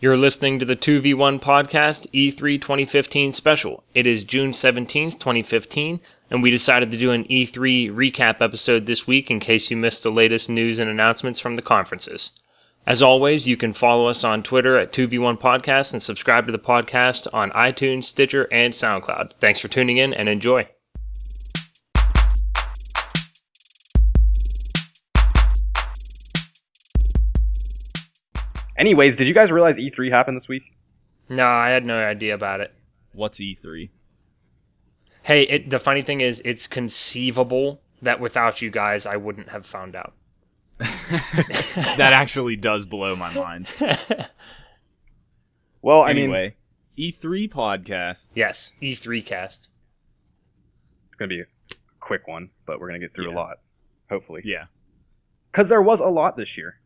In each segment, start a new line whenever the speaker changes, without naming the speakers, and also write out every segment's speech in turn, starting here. You're listening to the 2v1 podcast E E3 2015 special. It is June 17th, 2015, and we decided to do an E3 recap episode this week in case you missed the latest news and announcements from the conferences. As always, you can follow us on Twitter at 2v1 podcast and subscribe to the podcast on iTunes, Stitcher, and SoundCloud. Thanks for tuning in and enjoy.
Anyways, did you guys realize E3 happened this week?
No, I had no idea about it.
What's E E3?
Hey, it, the funny thing is, it's conceivable that without you guys, I wouldn't have found out.
That actually does blow my mind.
Well, I mean,
anyway, E3 podcast.
Yes, E3 cast.
it's going to be a quick one, but we're going to get through a
Yeah.
lot, hopefully.
Yeah.
Because there was a lot this year.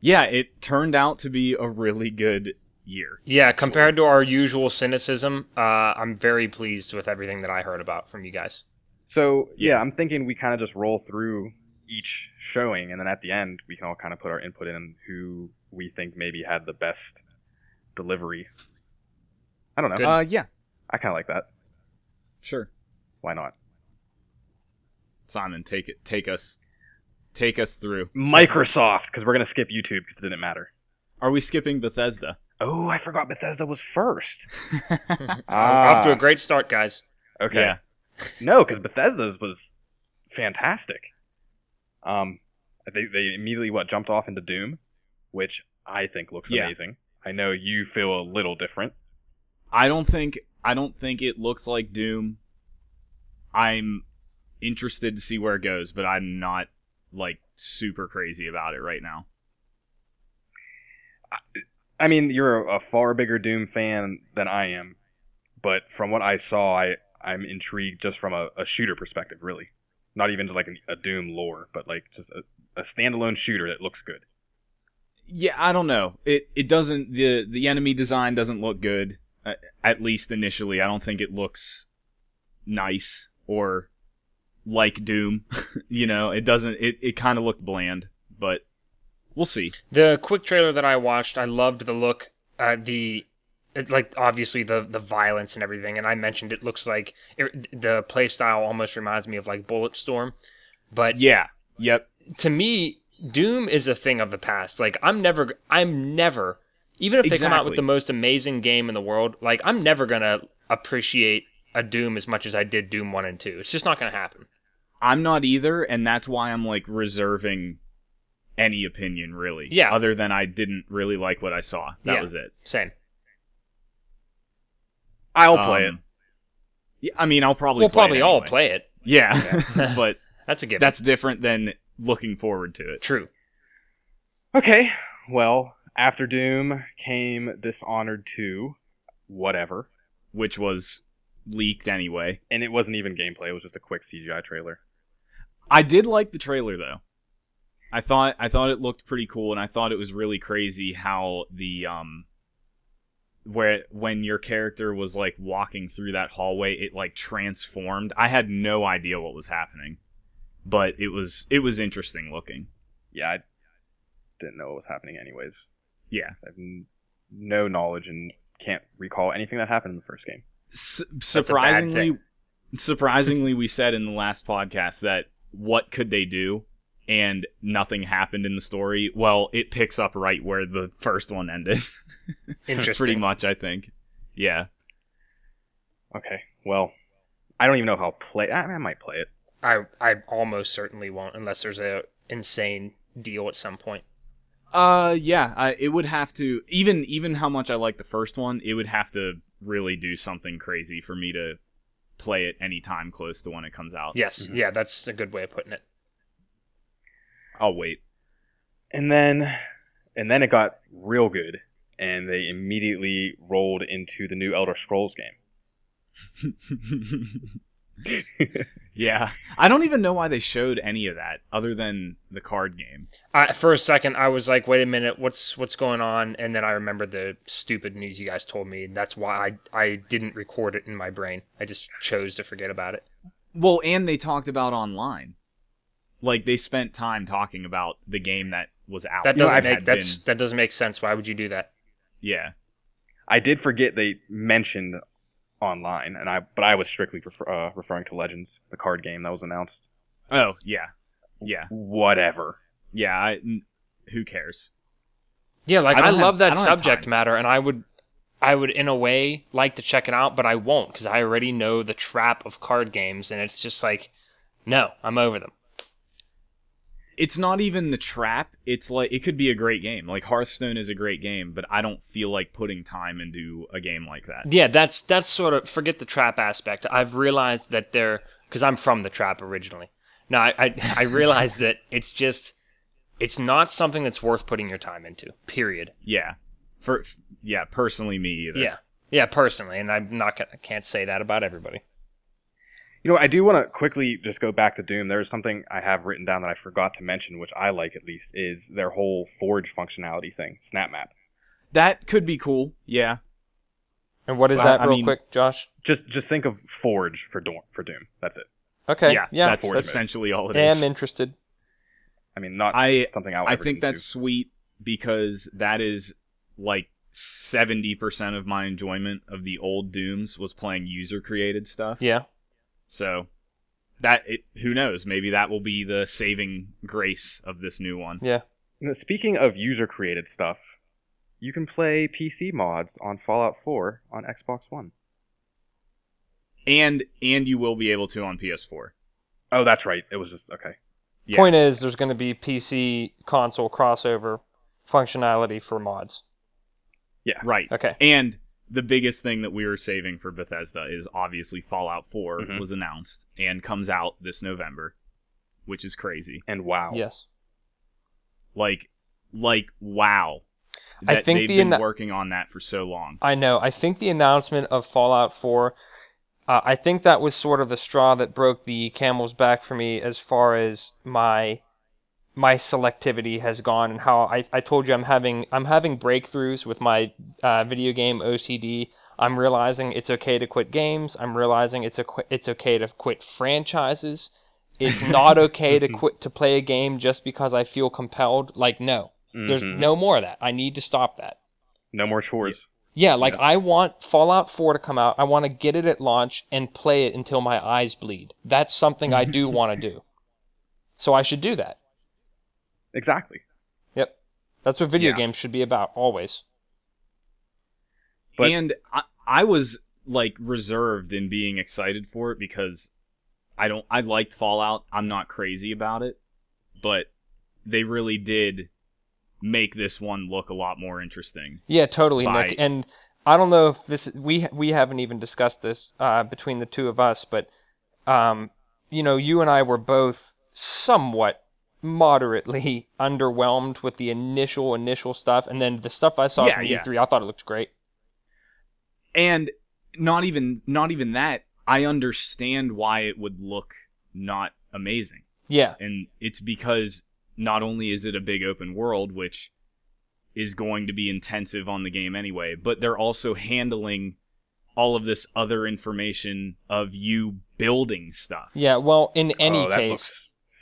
Yeah, it turned out to be a really good year.
Yeah, compared to our usual cynicism, uh, I'm very pleased with everything that I heard about from you guys.
So, yeah,
Yeah.
I'm thinking we kind of just roll through each showing, and then at the end, we can all kind of put our input in on who we think maybe had the best delivery. I don't know.
Good.
Uh yeah,
I kind of like that.
sure.
Why not?
Simon, take it take us take us through.
Microsoft, because we're going to skip YouTube because it didn't matter.
Are we skipping Bethesda?
Oh, I forgot Bethesda was first. Ah,
Off to a great start, guys.
Okay.
Yeah.
No, because Bethesda's was fantastic. Um, they they immediately what jumped off into Doom, which I think looks
Yeah.
amazing. I know you feel a little different.
I don't think I don't think it looks like Doom. I'm interested to see where it goes, but I'm not like super crazy about it right now.
I mean, you're a, a far bigger Doom fan than I am, but from what I saw, I I'm intrigued just from a, a shooter perspective, really. Not even just like a, a Doom lore, but like just a, a standalone shooter that looks good.
yeah i don't know it it doesn't the the enemy design doesn't look good uh, at least initially i don't think it looks nice or like doom you know it doesn't it, it kind of looked bland but we'll see
The quick trailer that I watched, I loved the look, uh, the it, like obviously the the violence and everything. And I mentioned it looks like it, the play style almost reminds me of like Bulletstorm, but
yeah yep
to me, Doom is a thing of the past. Like I'm never, I'm never, even if they come out with
Exactly.
the most amazing game in the world, like I'm never gonna appreciate a Doom as much as I did Doom One and Two. It's just not gonna happen.
i'm not either and that's why i'm like reserving any opinion really
Yeah.
other than i didn't really like what i saw that
Yeah.
was it
Same.
I'll play
Um, yeah, i mean i'll probably
we'll
play it
probably all
anyway.
play it.
yeah but
That's a given.
that's different than looking forward to it
true.
it. Okay. Well, after Doom came Dishonored 2, whatever.
which was leaked anyway.
and it wasn't even gameplay. It was just a quick CGI trailer.
I did like the trailer though. I thought I thought it looked pretty cool and I thought it was really crazy how the um where when your character was like walking through that hallway it like transformed. I had no idea what was happening. But it was it was interesting looking.
Yeah, I didn't know what was happening anyways.
Yeah.
I have n- no knowledge and can't recall anything that happened in the first game.
S-
bad
surprisingly
thing.
surprisingly we said in the last podcast that what could they do and nothing happened in the story well it picks up right where the first one ended
Interesting.
pretty much i think yeah
Okay, well, I don't even know if I'll play. I, I might play it.
I I almost certainly won't unless there's a insane deal at some point.
uh yeah I, it would have to even even how much i like the first one it would have to really do something crazy for me to play it anytime close to when it comes out
Yes.
Mhm.
Yeah, that's a good way of putting it.
i'll wait
And then, and then it got real good, and they immediately rolled into the new Elder Scrolls game.
yeah. I don't even know why they showed any of that other than the card game.
I, for a second, I was like, "Wait a minute, what's what's going on?" And then I remembered the stupid news you guys told me, and that's why I I didn't record it in my brain. I just chose to forget about it.
Well, and they talked about online. Like they spent time talking about the game that was out.
That
No,
doesn't
I've
make
Had
that's
been-
that doesn't make sense. Why would you do that?
Yeah.
I did forget they mentioned online, and I but I was strictly prefer, uh, referring to Legends, the card game that was announced.
Oh yeah. Yeah.
Whatever.
Yeah. I n who cares?
Yeah, like
I
I,
don't have-
love
I
that
don't have
subject
time.
matter, and I would, I would in a way like to check it out, but I won't because I already know the trap of card games, and it's just like, no, I'm over them.
It's not even the trap. It's like it could be a great game. Like Hearthstone is a great game, but I don't feel like putting time into a game like that.
Yeah, that's that's sort of forget the trap aspect. I've realized that they're because I'm from the trap originally. No, I I, I realized that it's just it's not something that's worth putting your time into. Period.
Yeah. For f- yeah, personally me either.
Yeah, yeah. Personally, and I'm not gonna I can't say that about everybody.
You know, I do want to quickly just go back to Doom. There's something I have written down that I forgot to mention, which I like at least, is their whole Forge functionality thing, Snap Map.
That could be cool. Yeah.
And what is
Well,
that,
I
real
mean-
quick, Josh?
Just just think of Forge for Doom. For Doom, that's it.
Okay.
yeah,
Yeah.
that's,
Forge
that's
it.
essentially all it
I am
is.
interested.
I mean, not
I
something I. Would
I
ever
think
get into.
that's sweet because that is like 70% of my enjoyment of the old Dooms was playing user created stuff.
Yeah.
So that it who knows, maybe that will be the saving grace of this new one.
Yeah.
You know, speaking of user created stuff, you can play PC mods on Fallout 4 on Xbox One.
And and you will be able to on PS4.
Oh, that's right. It was just okay.
Yeah.
Point is, there's going to be PC console crossover functionality for mods.
Right.
Okay.
And the biggest thing that we were saving for Bethesda is obviously Fallout 4
Mm-hmm.
Mhm.
was announced and comes out this November, which is crazy.
And wow.
Yes.
Like like wow.
I
That
think
they've
the
been
anno-
working on that for so long.
I know. I think the announcement of Fallout 4, uh, I think that was sort of the straw that broke the camel's back for me as far as my my selectivity has gone and how I, I told you I'm having I'm having breakthroughs with my uh, video game OCD. I'm realizing it's okay to quit games. I'm realizing it's a qu- it's okay to quit franchises. It's not okay to quit to play a game just because I feel compelled. Like no, there's
Mhm.
no more of that. I need to stop that.
No more chores.
Yeah, like I want Fallout 4 to come out. I want to get it at launch and play it until my eyes bleed. That's something I do want to do. So I should do that.
Exactly.
Yep. That's what video
Yeah.
games should be about always.
But-
and I, I was like reserved in being excited for it because I don't I liked Fallout. I'm not crazy about it, but they really did make this one look a lot more interesting.
Yeah, totally,
By-
Nick. And I don't know if this we we haven't even discussed this uh, between the two of us, but um, you know, you and I were both somewhat moderately underwhelmed with the initial initial stuff, and then the stuff I saw
Yeah,
from
yeah.
E3, I thought it looked great.
and not even not even that i understand why it would look not amazing
Yeah.
and it's because not only is it a big open world which is going to be intensive on the game anyway but they're also handling all of this other information of you building stuff
Yeah, well, in any
Oh, that
case,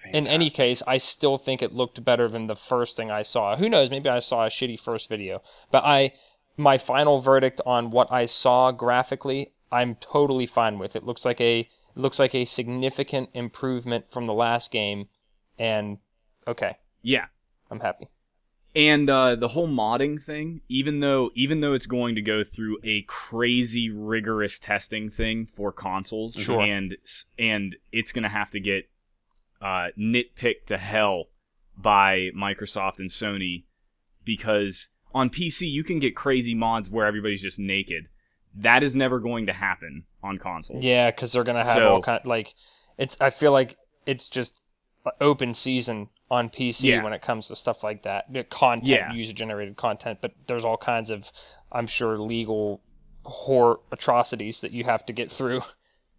looks
in any
fantastic.
case, I still think it looked better than the first thing I saw. Who knows? Maybe I saw a shitty first video, but I, my final verdict on what I saw graphically, I'm totally fine with. It looks like a it looks like a significant improvement from the last game, and okay,
yeah
I'm happy.
and uh, the whole modding thing even though even though it's going to go through a crazy rigorous testing thing for consoles
Sure.
and and it's going to have to get uh, nitpicked to hell by Microsoft and Sony because on PC you can get crazy mods where everybody's just naked that is never going to happen on consoles
Yeah, because they're gonna have
So-
all kind like, it's. I feel like it's just open season on PC
Yeah.
when it comes to stuff like that. The Content,
Yeah.
user generated content, but there's all kinds of, I'm sure, legal horror atrocities that you have to get through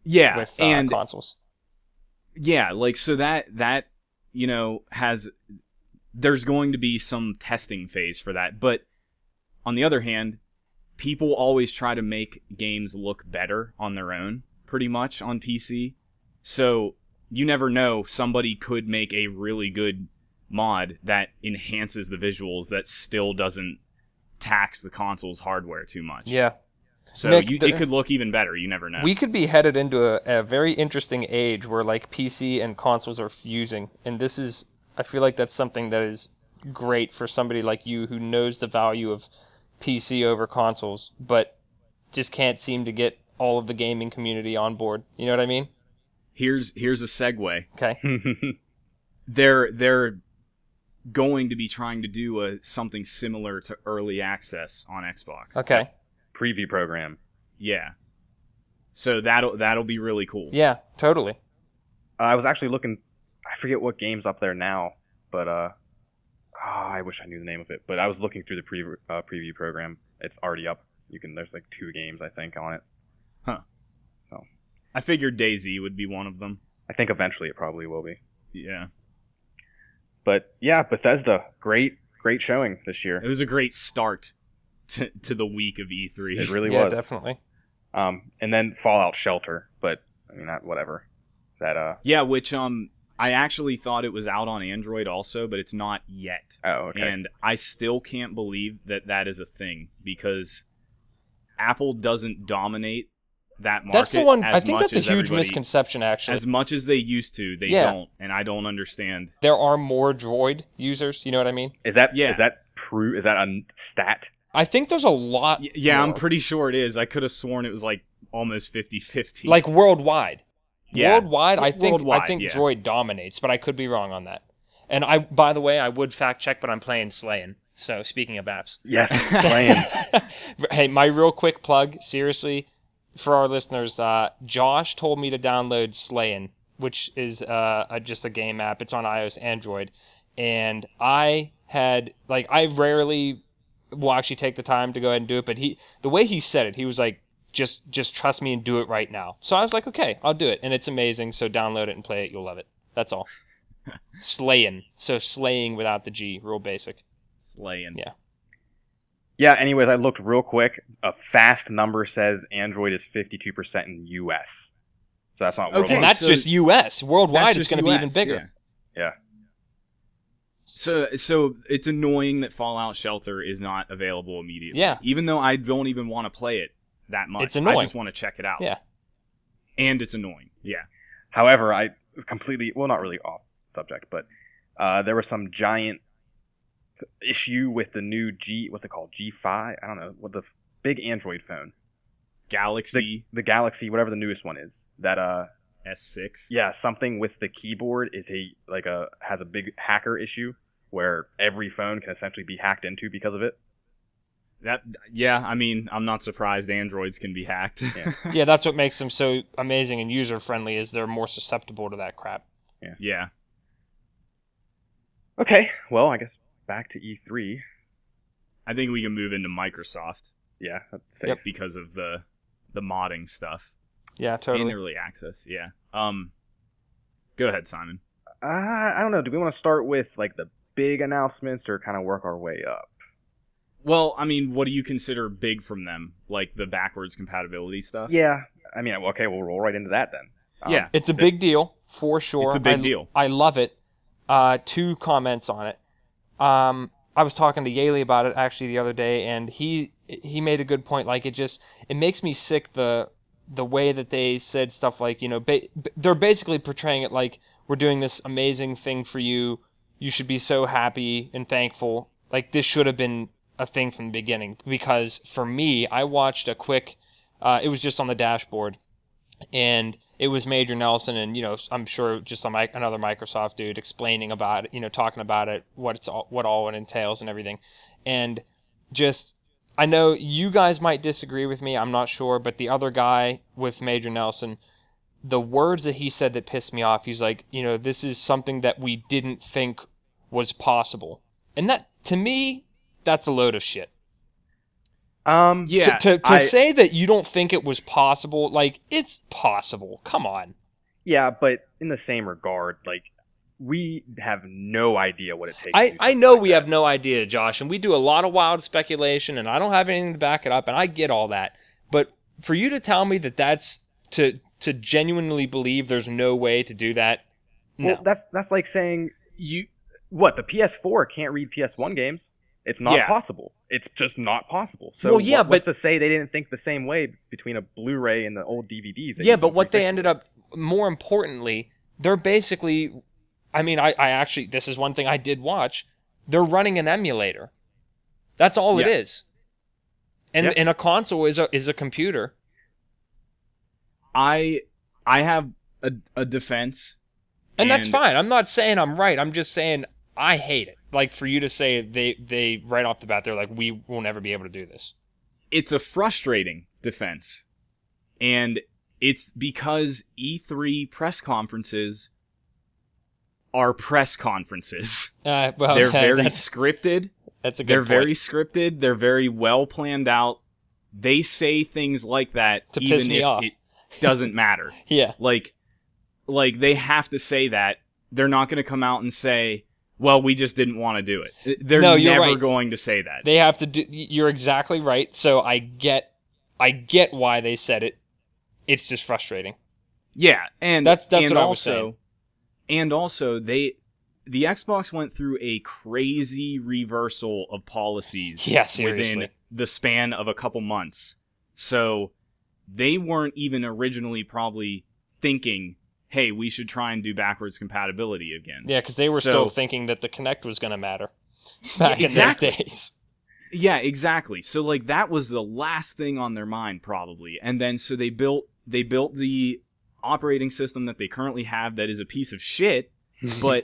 yeah
with uh,
and
consoles.
yeah like so that that you know has there's going to be some testing phase for that but on the other hand people always try to make games look better on their own pretty much on pc so you never know somebody could make a really good mod that enhances the visuals that still doesn't tax the console's hardware too much.
Yeah.
So
Nick,
you,
the-
it could look even better. You never know.
We could be headed into a, a very interesting age where like PC and consoles are fusing, and this is I feel like that's something that is great for somebody like you who knows the value of PC over consoles, but just can't seem to get all of the gaming community on board. You know what I mean?
here's here's a segue.
Okay.
They're they're going to be trying to do a something similar to early access on Xbox.
Okay.
Preview program.
Yeah. So that'll that'll be really cool.
Yeah. Totally.
Uh, I was actually looking. I forget what game's up there now, but uh, ah, I wish I knew the name of it. But I was looking through the pre- uh, preview program. It's already up. You can. There's like two games I think on it.
I figured Daisy would be one of them.
I think eventually it probably will be.
Yeah.
But yeah, Bethesda, great, great showing this year.
It was a great start to, to the week of E E3.
It really
yeah,
was.
definitely.
Um, and then Fallout Shelter, but I mean, not whatever. That uh
yeah, which um I actually thought it was out on Android also, but it's not yet.
oh okay.
And I still can't believe that that is a thing because Apple doesn't dominate that market.
That's the one.
As
I think
much
that's a
as
huge
everybody-
misconception. Actually,
As much as they used to, they
Yeah.
don't, and I don't understand.
there are more Droid users. You know what I mean?
is that
yeah.
is that pro- is that a stat?
I think there's a lot.
Y- yeah, I'm
more.
pretty sure it is. I could have sworn it was like almost 50-50.
like worldwide.
yeah.
Worldwide, I
W-
think I
worldwide,
think
yeah.
Droid dominates, but I could be wrong on that. And I, by the way, I would fact check, but I'm playing Slayin. So speaking of apps,
Yes, playing.
hey, my real quick plug, seriously, for our listeners, uh, Josh told me to download Slayin, which is uh, a, just a game app. It's on iOS, Android, and I had like I rarely will actually take the time to go ahead and do it, but he, the way he said it, he was like, just just trust me and do it right now. So I was like, okay, I'll do it, and it's amazing. So download it and play it. You'll love it. That's all. Slayin. So slaying without the G, real basic.
slaying.
Yeah.
yeah. Anyways, I looked real quick. A fast number says Android is 52 percent in U.S. So that's not
Okay,
and
worldwide.
that's
so
just U.S. Worldwide,
That's
it's
just
going to be even
US,
bigger.
Yeah. Yeah.
So so it's annoying that Fallout Shelter is not available immediately.
Yeah.
Even though I don't even want to play it that much.
It's annoying.
I just want to check it out.
Yeah.
And it's annoying. Yeah.
However, I completely well, not really off subject, but uh, there was some giant issue with the new G. What's it called? G five? I don't know. What the f- big Android phone,
Galaxy
the Galaxy, whatever the newest one is. That uh,
S6.
yeah, something with the keyboard is a like a has a big hacker issue where every phone can essentially be hacked into because of it.
That yeah, I mean, I'm not surprised androids can be hacked.
Yeah.
yeah, that's what makes them so amazing and user friendly is they're more susceptible to that crap.
yeah.
Okay, well, I guess back to E E3.
I think we can move into Microsoft
Yeah, that's safe.
Yep.
because of the the modding stuff.
Yeah,
And
totally.
early access, yeah. Um Go ahead, Simon.
Uh, I don't know. Do we want to start with like the big announcements or kind of work our way up?
Well, I mean, what do you consider big from them? Like the backwards compatibility stuff?
Yeah, I mean, okay, we'll roll right into that then.
Yeah.
It's a big deal for sure.
It's a big
I-
deal.
I love it. Uh, two comments on it. Um, I was talking to Yaley about it actually the other day, and he he made a good point. Like it just it makes me sick the the way that they said stuff like you know ba- b- they're basically portraying it like we're doing this amazing thing for you. You should be so happy and thankful. Like this should have been a thing from the beginning because for me, I watched a quick. Uh, it was just on the dashboard and it was Major Nelson and you know I'm sure just a, mic- another Microsoft dude explaining about it, you know talking about it, what it's all, what all it entails and everything, and just I know you guys might disagree with me, I'm not sure, but the other guy with Major Nelson, the words that he said that pissed me off, he's like, you know, this is something that we didn't think was possible, and that to me, that's a load of shit
Um,
Yeah.
to, to, to
I-
say that you don't think it was possible like it's possible come on
yeah, but in the same regard, like we have no idea what it takes. to
I,
do
I
something
know
like
we
that.
have no idea, Josh, and we do a lot of wild speculation, and I don't have anything to back it up, and I get all that. But for you to tell me that that's to to genuinely believe there's no way to do that, no.
Well, that's that's like saying
You
what the PS4 can't read PS1 games. It's not
Yeah.
possible. It's just not possible. So
Well, yeah,
what- what's
but-
to say they didn't think the same way between a Blu-ray and the old DVDs? that
yeah,
you
but
can
what they
recycle?
ended up, more importantly, they're basically. I mean, I, I actually, this is one thing I did watch. They're running an emulator. That's all it
Yeah.
is. And
Yeah.
and a console is a is a computer.
I I have a, a defense.
and that's
And-
fine. I'm not saying I'm right. I'm just saying I hate it. Like for you to say they they right off the bat they're like we will never be able to do this.
It's a frustrating defense. And it's because E3 press conferences are press conferences.
Uh, well,
They're very
that's,
scripted.
that's a good
They're
point.
very scripted. They're very well planned out. They say things like that
To
even
piss me
if
off.
it doesn't matter.
yeah.
like like they have to say that they're not going to come out and say well we just didn't want to do it they're
No, you're
never
right.
going to say that
They have to do. You're exactly right. So I get I get why they said it. It's just frustrating.
yeah and
That's- that's
and
what I was
also
saying.
and also they the xbox went through a crazy reversal of policies
Yeah,
within
seriously.
the span of a couple months so they weren't even originally probably thinking hey we should try and do backwards compatibility again
Yeah, because they were
So-
still thinking that the Connect was going to matter back
exactly.
in those days.
Yeah, exactly. So like that was the last thing on their mind probably. And then so they built they built the operating system that they currently have that is a piece of shit, but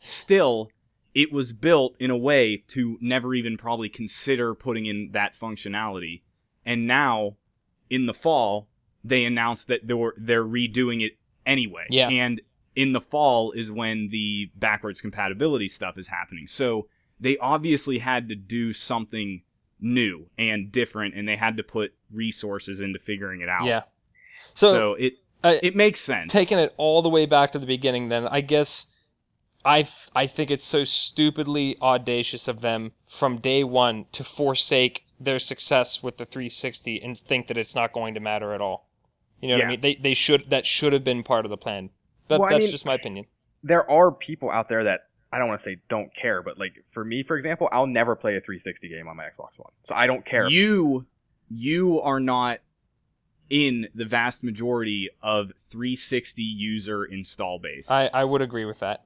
still it was built in a way to never even probably consider putting in that functionality. And now in the fall they announced that they're they're redoing it anyway.
Yeah.
And in the fall is when the backwards compatibility stuff is happening. So they obviously had to do something new and different and they had to put resources into figuring it out.
Yeah.
So,
So,
it
uh,
it makes sense.
taking it all the way back to the beginning then i guess I, f- I think it's so stupidly audacious of them from day one to forsake their success with the 360 and think that it's not going to matter at all you know what
Yeah.
i mean they, they should that should have been part of the plan that,
Well, I
that's
mean-
just my opinion
there are people out there that I don't want to say don't care, but like for me, for example, I'll never play a 360 game on my Xbox One, so I don't care.
you you are not in the vast majority of 360 user install base.
I, I would agree with that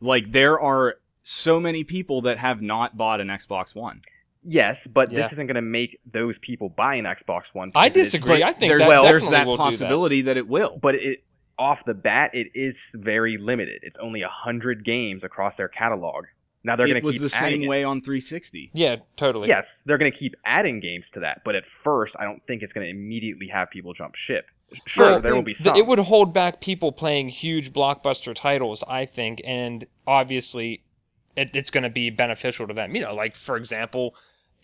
like there are so many people that have not bought an Xbox One.
yes, but
Yeah.
this isn't going to make those people buy an Xbox One.
I
because it is-
disagree. I think
there's,
that
well, there's
definitely
that
will do that.
possibility that. it will.
but it off the bat, it is very limited. It's only hundred games across their catalog. Now they're going
it
to
was
keep
the
adding
same
it.
way on 360.
yeah totally
Yes, they're going to keep adding games to that, but at first, I don't think it's going to immediately have people jump ship. Sure,
Well,
there will be
Th-
some.
it would hold back people playing huge blockbuster titles, I think, and obviously, it, it's going to be beneficial to them. You know, like for example,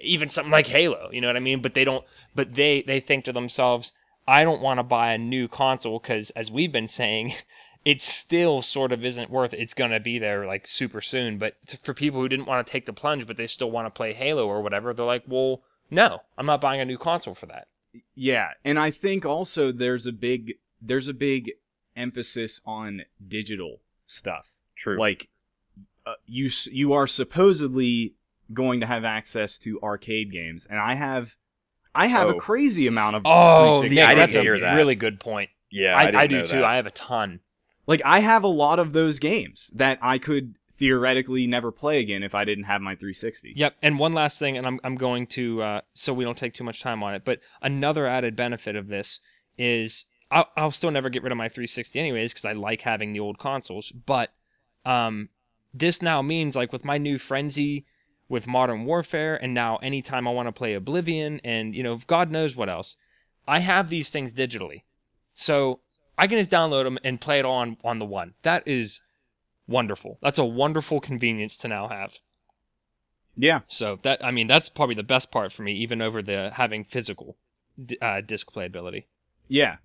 even something like Halo. You know what I mean? But they don't. But they they think to themselves, I don't want to buy a new console because, as we've been saying. It still sort of isn't worth. It. It's gonna be there like super soon, but th- for people who didn't want to take the plunge, but they still want to play Halo or whatever, they're like, "Well, no, I'm not buying a new console for that."
Yeah, and I think also there's a big there's a big emphasis on digital stuff.
True.
Like uh, you s- you are supposedly going to have access to arcade games, and I have I have a
Oh.
crazy amount of
Oh,
360
yeah,
Nick,
I
that's
didn't
a
hear that.
really good point.
yeah,
I, I,
didn't
do
know
too.
that.
I have a ton.
Like I have a lot of those games that I could theoretically never play again if I didn't have my 360.
Yep. And one last thing, and I'm I'm going to uh, so we don't take too much time on it. But another added benefit of this is I'll, I'll still never get rid of my 360 anyways because I like having the old consoles. But um, this now means like with my new frenzy with Modern Warfare, and now anytime I want to play Oblivion, and you know God knows what else, I have these things digitally, so I can just download them and play it on on the one. That is wonderful. That's a wonderful convenience to now have.
Yeah.
So that I mean that's probably the best part for me, even over the having physical d- uh, disc playability.
Yeah.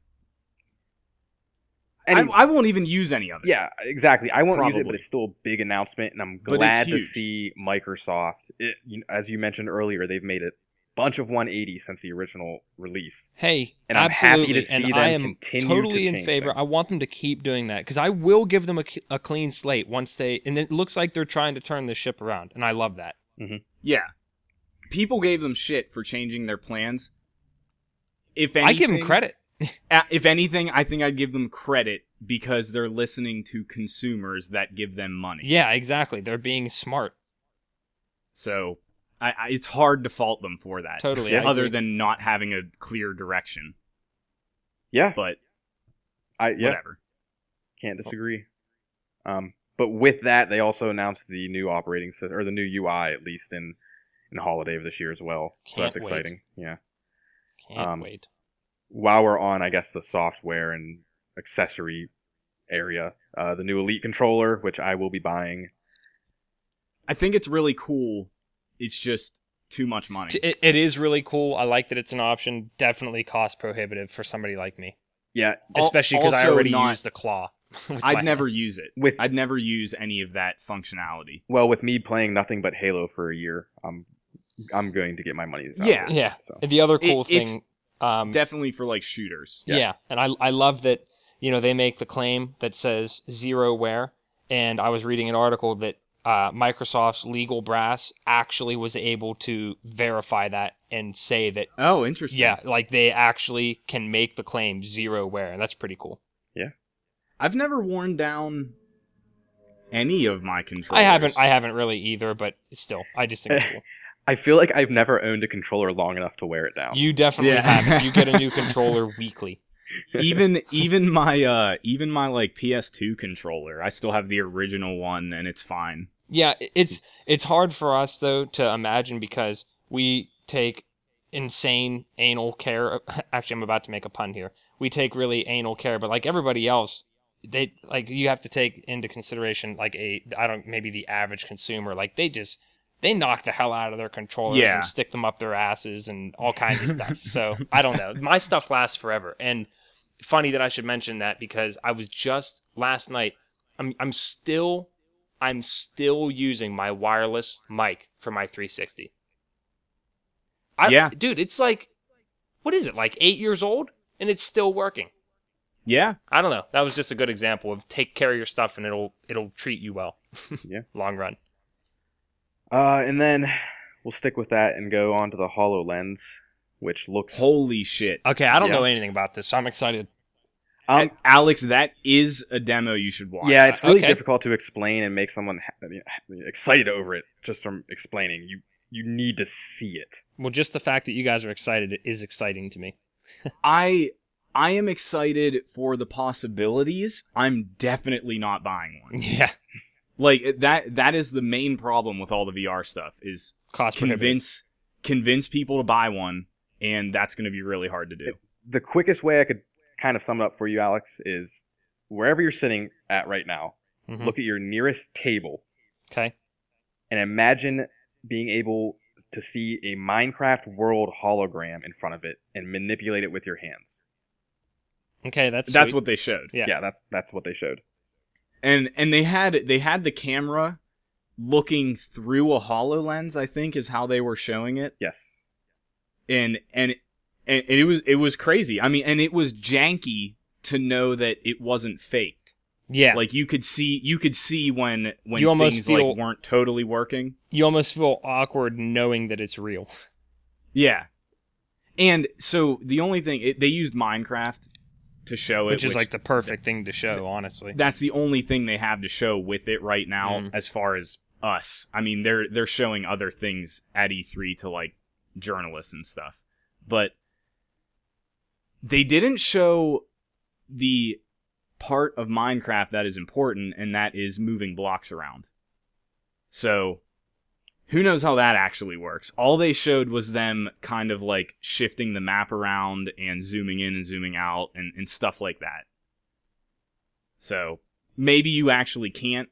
Any-
I, I won't even use any of it.
Yeah, exactly. I won't use it,
Probably.
but it's still a big announcement, and I'm
But it's
glad to
huge.
see Microsoft. It, you, as you mentioned earlier, they've made it bunch of 180 since the original release.
Hey,
And I'm happy
absolutely,
to see
and
them
I am
continue
totally
to
in
change
favor.
things.
I want them to keep doing that because I will give them a, c- a clean slate once they. And it looks like they're trying to turn this ship around, and I love that.
Yeah. People gave them shit for changing their plans. If
I
anything,
give them credit.
Uh, If anything, I think I'd give them credit because they're listening to consumers that give them money.
Yeah, exactly. They're being smart.
So I, I, it's hard to fault them for that.
Totally, I
other
agree.
than not having a clear direction.
Yeah,
But
I yeah
whatever. Oh.
can't disagree. Um, but with that, they also announced the new operating system or the new UI at least in in holiday of this year as well. so
Can't
that's
wait.
exciting. Yeah.
Can't
Um,
wait.
While we're on, I guess the software and accessory area, uh, the new Elite controller, which I will be buying.
I think it's really cool. It's just too much money.
T- It, it is really cool. I like that it's an option. Definitely cost prohibitive for somebody like me,
Yeah,
Al-
especially because I
also
already
not-
use the claw. with my
I'd
hand.
never use it.
with
I'd never use any of that functionality.
well, with me playing nothing but Halo for a year, I'm I'm going to get my money. out of
Yeah.
it,
Yeah.
So
The other
It-
cool
it's
thing, um,
Definitely for like shooters.
Yeah. and I I love that you know they make the claim that says zero wear, and I was reading an article that uh, Microsoft's legal brass actually was able to verify that and say that
Oh, interesting.
yeah, like they actually can make the claim zero wear, and that's pretty cool.
I've never worn down any of my
I
controllers.
haven't I haven't really either, but still, I just think it's cool.
I feel like I've never owned a controller long enough to wear it down.
You definitely
Yeah.
haven't. You get a new controller weekly.
even even my uh even my like PS2 controller. I still have the original one and it's fine.
Yeah, i- it's it's hard for us though to imagine because we take insane anal care. Actually, I'm about to make a pun here. We take really anal care, but like everybody else, they like you have to take into consideration like a I don't maybe the average consumer like they just they knock the hell out of their controllers
Yeah.
and stick them up their asses and all kinds of stuff. So I don't know. My stuff lasts forever. And funny that I should mention that because I was just last night. I'm I'm still I'm still using my wireless mic for my 360. I,
Yeah.
dude, it's like, what is it like eight years old and it's still working?
Yeah.
I don't know. That was just a good example of take care of your stuff and it'll it'll treat you well.
Yeah.
long run.
Uh, and then we'll stick with that and go on to the Hololens, which looks.
Holy shit.
Okay, I don't
Yeah.
know anything about this. So I'm excited.
Um,
And Alex, that is a demo you should watch.
yeah, it's really
okay.
difficult to explain and make someone ha- I mean, excited over it just from explaining. You you need to see it.
Well, just the fact that you guys are excited is exciting to me.
I I am excited for the possibilities. I'm definitely not buying one.
yeah,
Like that that is the main problem with all the VR stuff is
cost prohibitive.
convince convince people to buy one and that's going to be really hard to do.
The quickest way I could kind of sum it up for you, Alex, is wherever you're sitting at right now,
Mhm.
look at your nearest table
Okay.
and imagine being able to see a Minecraft world hologram in front of it and manipulate it with your hands.
Okay, that's
That's
sweet.
what they showed.
Yeah.
yeah that's that's what they showed.
and and they had they had the camera looking through a hololens i think is how they were showing it
Yes.
and and and it was it was crazy i mean and it was janky to know that it wasn't faked
yeah.
like you could see you could see when when
You almost
things
feel-
like weren't totally working
you almost feel awkward knowing that it's real.
yeah and so the only thing it, they used minecraft to show it
which is like the perfect thing to show, honestly.
that's the only thing they have to show with it right now
Mm.
as far as us. I mean, they're they're showing other things at E3 to like journalists and stuff. But they didn't show the part of Minecraft that is important and that is moving blocks around. So who knows how that actually works? All they showed was them kind of like shifting the map around and zooming in and zooming out and, and stuff like that. So maybe you actually can't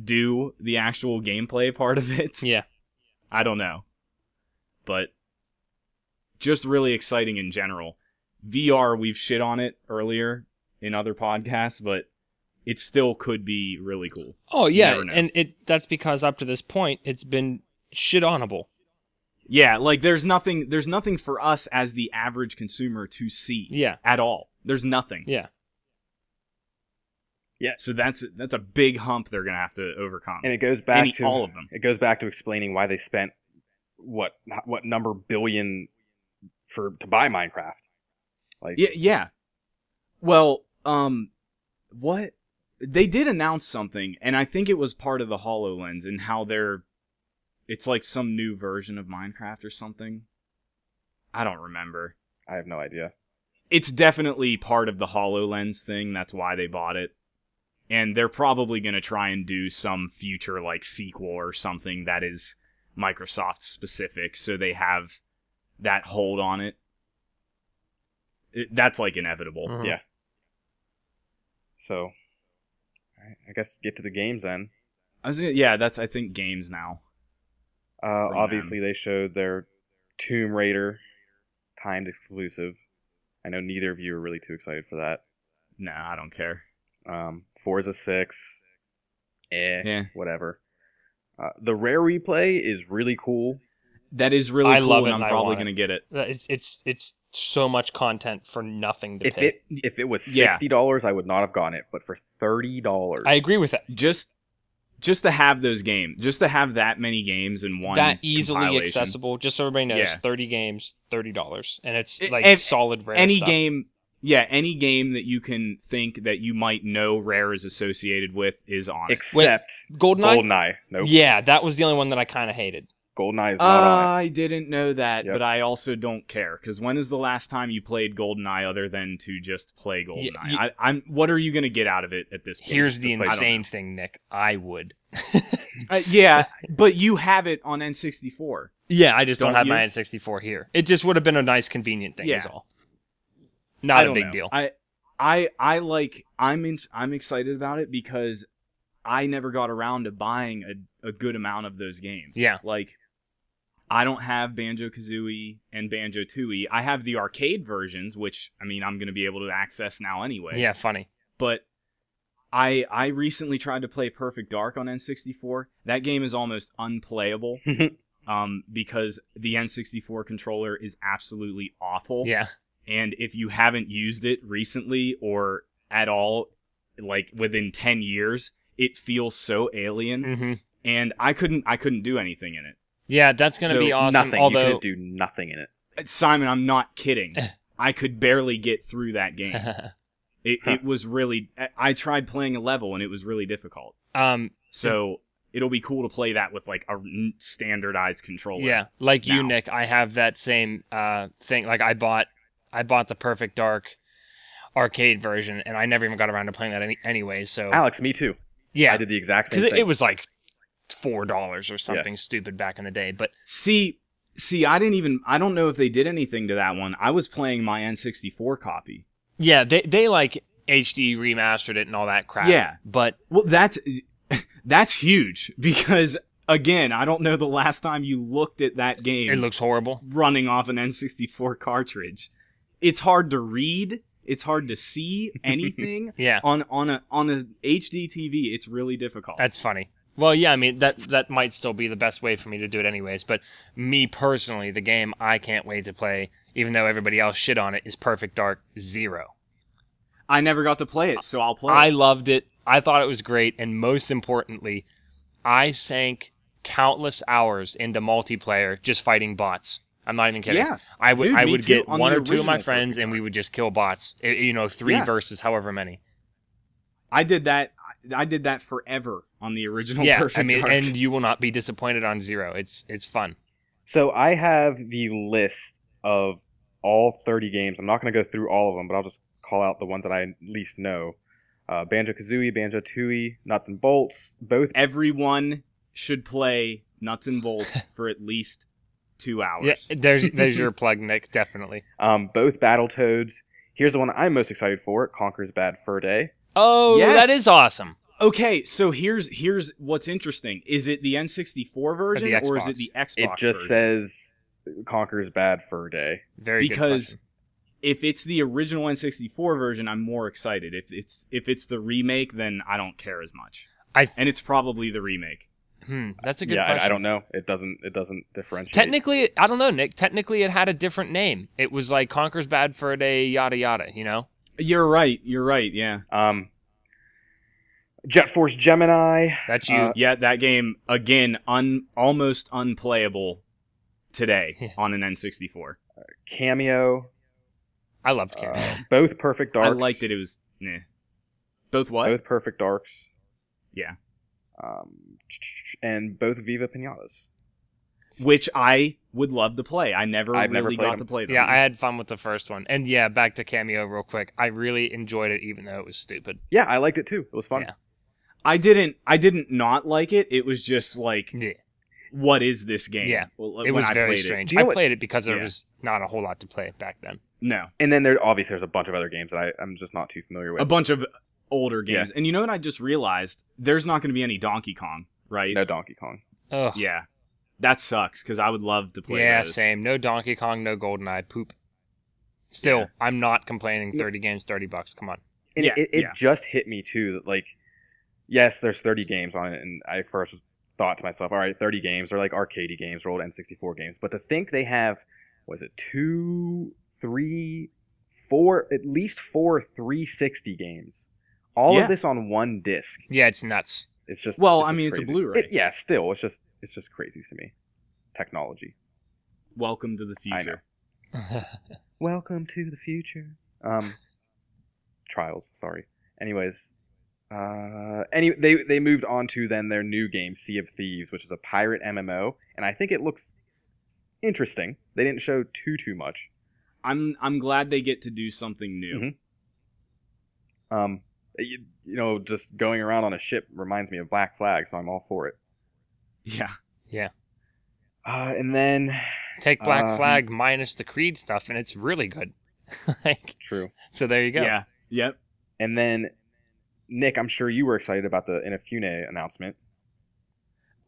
do the actual gameplay part of it.
Yeah.
I don't know. But just really exciting in general. VR, we've shit on it earlier in other podcasts, but it still could be really cool.
Oh yeah,
never know.
and it that's because up to this point it's been shit onable.
Yeah, like there's nothing there's nothing for us as the average consumer to see
Yeah.
at all. There's nothing.
Yeah.
Yeah.
So that's that's a big hump they're gonna have to overcome.
and it goes back
Any-
to
all of them.
It goes back to explaining why they spent what what number billion for to buy Minecraft. Like
Yeah, yeah. Well, um, what they did announce something, and I think it was part of the Hololens and how they're, it's like some new version of Minecraft or something. I don't remember.
I have no idea.
It's definitely part of the Hololens thing. That's why they bought it, and they're probably gonna try and do some future like sequel or something that is Microsoft specific, so they have that hold on it. It- that's like inevitable.
Mm-hmm.
Mhm.
Yeah. So, all right, I guess get to the games then.
I was gonna, yeah, that's I think games now.
Uh,
from
obviously, they showed their Tomb Raider timed exclusive. I know neither of you are really too excited for that.
No, I don't care.
Um, Forza Six, eh,
Yeah.
whatever. Uh, the rare replay is really cool.
That is really
I
cool,
love it
and I'm
and I
probably
want it.
gonna get it.
That- It's it's it's so much content for nothing to
If
pay.
it if it was
Yeah.
sixty dollars, I would not have gotten it. But for thirty dollars,
I agree with that.
Just, just to have those games, just to have that many games in one
that easily
compilation.
accessible. Just so everybody knows,
Yeah.
thirty games, thirty dollars, and it's
It-
like
and-
solid rare.
Any
stuff.
game, yeah, any game that you can think that you might know Rare is associated with is on it.
except
Goldeneye.
Goldeneye. Nope,
Yeah, that was the only one that I kind of hated.
Goldeneye is
Uh,
not on it.
I didn't know that,
Yep.
but I also don't care because when is the last time you played GoldenEye other than to just play GoldenEye?
you-
I, I'm. What are you gonna get out of it at this point?
Here's the
Just play- I don't
insane thing, Nick. I would.
Uh, yeah, but you have it on N64.
Yeah, I just don't,
Don't
have
you?
my N64 here. It just would have been a nice, convenient thing. Is
Yeah.
all. Not
I
a
don't
big
know.
deal.
I I I like I'm in, I'm excited about it because I never got around to buying a, a good amount of those games.
Yeah.
Like I don't have Banjo Kazooie and Banjo Tooie. I have the arcade versions, which I mean I'm gonna be able to access now anyway.
yeah, funny.
But I I recently tried to play Perfect Dark on N64. That game is almost unplayable. Um, because the N64 controller is absolutely awful
Yeah,
and if you haven't used it recently or at all like within 10 years it feels so alien
hmm
and i couldn't i couldn't do anything in it
yeah, that's gonna
So,
be awesome.
Nothing.
Although
You could do nothing in it.
Uh, simon i'm not kidding i could barely get through that game it, it was really I- i tried playing a level and it was really difficult
um,
so it'll be cool to play that with like a n- standardized controller
Yeah, like you,
now.
Nick. I have that same uh, thing. Like I bought, I bought the Perfect Dark arcade version, and I never even got around to playing that any- anyway. So
Alex, me too. I
Oh. yeah,
did the exact same
because
thing.
it, it was like four dollars or something stupid back in the day. But
see see i didn't even i don't know if they did anything to that one i was playing my n64 copy
yeah, they they like HD remastered it and all that crap.
Yeah.
but
Well, that's that's huge because again, I don't know the last time you looked at that game
it looks horrible.
running off an N64 cartridge. It's hard to read. It's hard to see anything
Yeah,
on on a on a HD TV. It's really difficult.
that's funny. Well, yeah, I mean that that might still be the best way for me to do it, anyways. But me personally, the game I can't wait to play, even though everybody else shit on it, is Perfect Dark Zero.
I never got to play it, so I'll play.
I
it.
loved it. I thought it was great. And most importantly, I sank countless hours into multiplayer just fighting bots. I'm not even kidding.
Yeah.
I would
Dude,
I
me
would
too,
get
on
one
the
or two of my
original
friends and we would just kill bots. I- you know, three
Yeah.
versus however many.
I did that. I did that forever on the original.
yeah,
Perfect
I mean,
Dark.
and you will not be disappointed on zero. It's it's fun.
So I have the list of all 30 games. I'm not going to go through all of them, but I'll just call out the ones that I at least know. Uh, Banjo Kazooie, Banjo Tooie, Nuts and Bolts, both.
everyone should play Nuts and Bolts for at least two hours.
Yeah, there's there's your plug, Nick. Definitely.
Um, both Battletoads. Here's the one I'm most excited for: Conker's Bad Fur Day.
Oh,
Yes.
that is awesome.
Okay, so here's here's what's interesting. Is it the N64 version or, is
Xbox.
it the Xbox?
It just
version?
says Conker's Bad Fur Day.
Very good
because
question.
if it's the original N64 version, I'm more excited. If it's if it's the remake, then I don't care as much.
I-
and it's probably the remake.
Hmm, that's a good
Yeah,
question.
I, I don't know. It doesn't. It doesn't differentiate.
Technically, I don't know, Nick. Technically, it had a different name. It was like Conquer's Bad for a Day, yada yada. You know.
You're right. You're right. Yeah.
Um, Jet Force Gemini.
That's you.
Uh,
Yeah, that game again un almost unplayable today on an N64.
Cameo.
I loved Karen.
Uh, both perfect darks.
I liked it. It was nah. Both what?
Both perfect darks.
Yeah.
Um, and both Viva Pinatas.
Which I would love to play. I never
I've never
really
played
got
them.
to play them.
yeah, I had fun with the first one, and yeah, back to cameo real quick. I really enjoyed it, even though it was stupid.
Yeah, I liked it too. It was fun.
Yeah.
I didn't. I didn't not like it. It was just like,
Yeah,
what is this game?
Mm. Yeah.
Well,
it
when
was
I
very
played it.
strange.
Do you know
I
what-
played it because there
Yeah.
was not a whole lot to play back then.
No,
And then there obviously there's a bunch of other games that I, I'm just not too familiar with.
a bunch of older
Yeah.
games. And you know what? I just realized there's not going to be any Donkey Kong, right?
no Donkey Kong.
Ugh.
Yeah, that sucks because I would love to play.
Yeah,
those.
same. No Donkey Kong, no GoldenEye. Poop. Still,
Yeah.
I'm not complaining. Thirty games, thirty bucks. Come on.
And
Yeah,
it, it, it
yeah.
just hit me too that like, yes, there's 30 games on it, and I first thought to myself, all right, 30 games. They're like arcade games, or old N64 games. But to think they have, was it two, three, four, at least four 360 games. All
Yeah.
of this on one disc.
Yeah, it's nuts.
It's just
Well,
it's
I
just
mean, it's a
crazy.
Blu-ray.
It- yeah, still, it's just it's just crazy to me. Technology.
Welcome to the
I
future.
Welcome to the future. Um, trials. Sorry. Anyways, uh, any they they moved on to then their new game, Sea of Thieves, which is a pirate MMO, and I think it looks interesting. They didn't show too too much.
I'm I'm glad they get to do something new.
Mhm. Um, you, you know, just going around on a ship reminds me of Black Flag, so I'm all for it.
Yeah.
Uh, and then
Take Black
Um,
Flag minus the Creed stuff, and it's really good. like,
true.
so there you go.
Yeah. Yep.
And then, Nick, I'm sure you were excited about the Inafune announcement.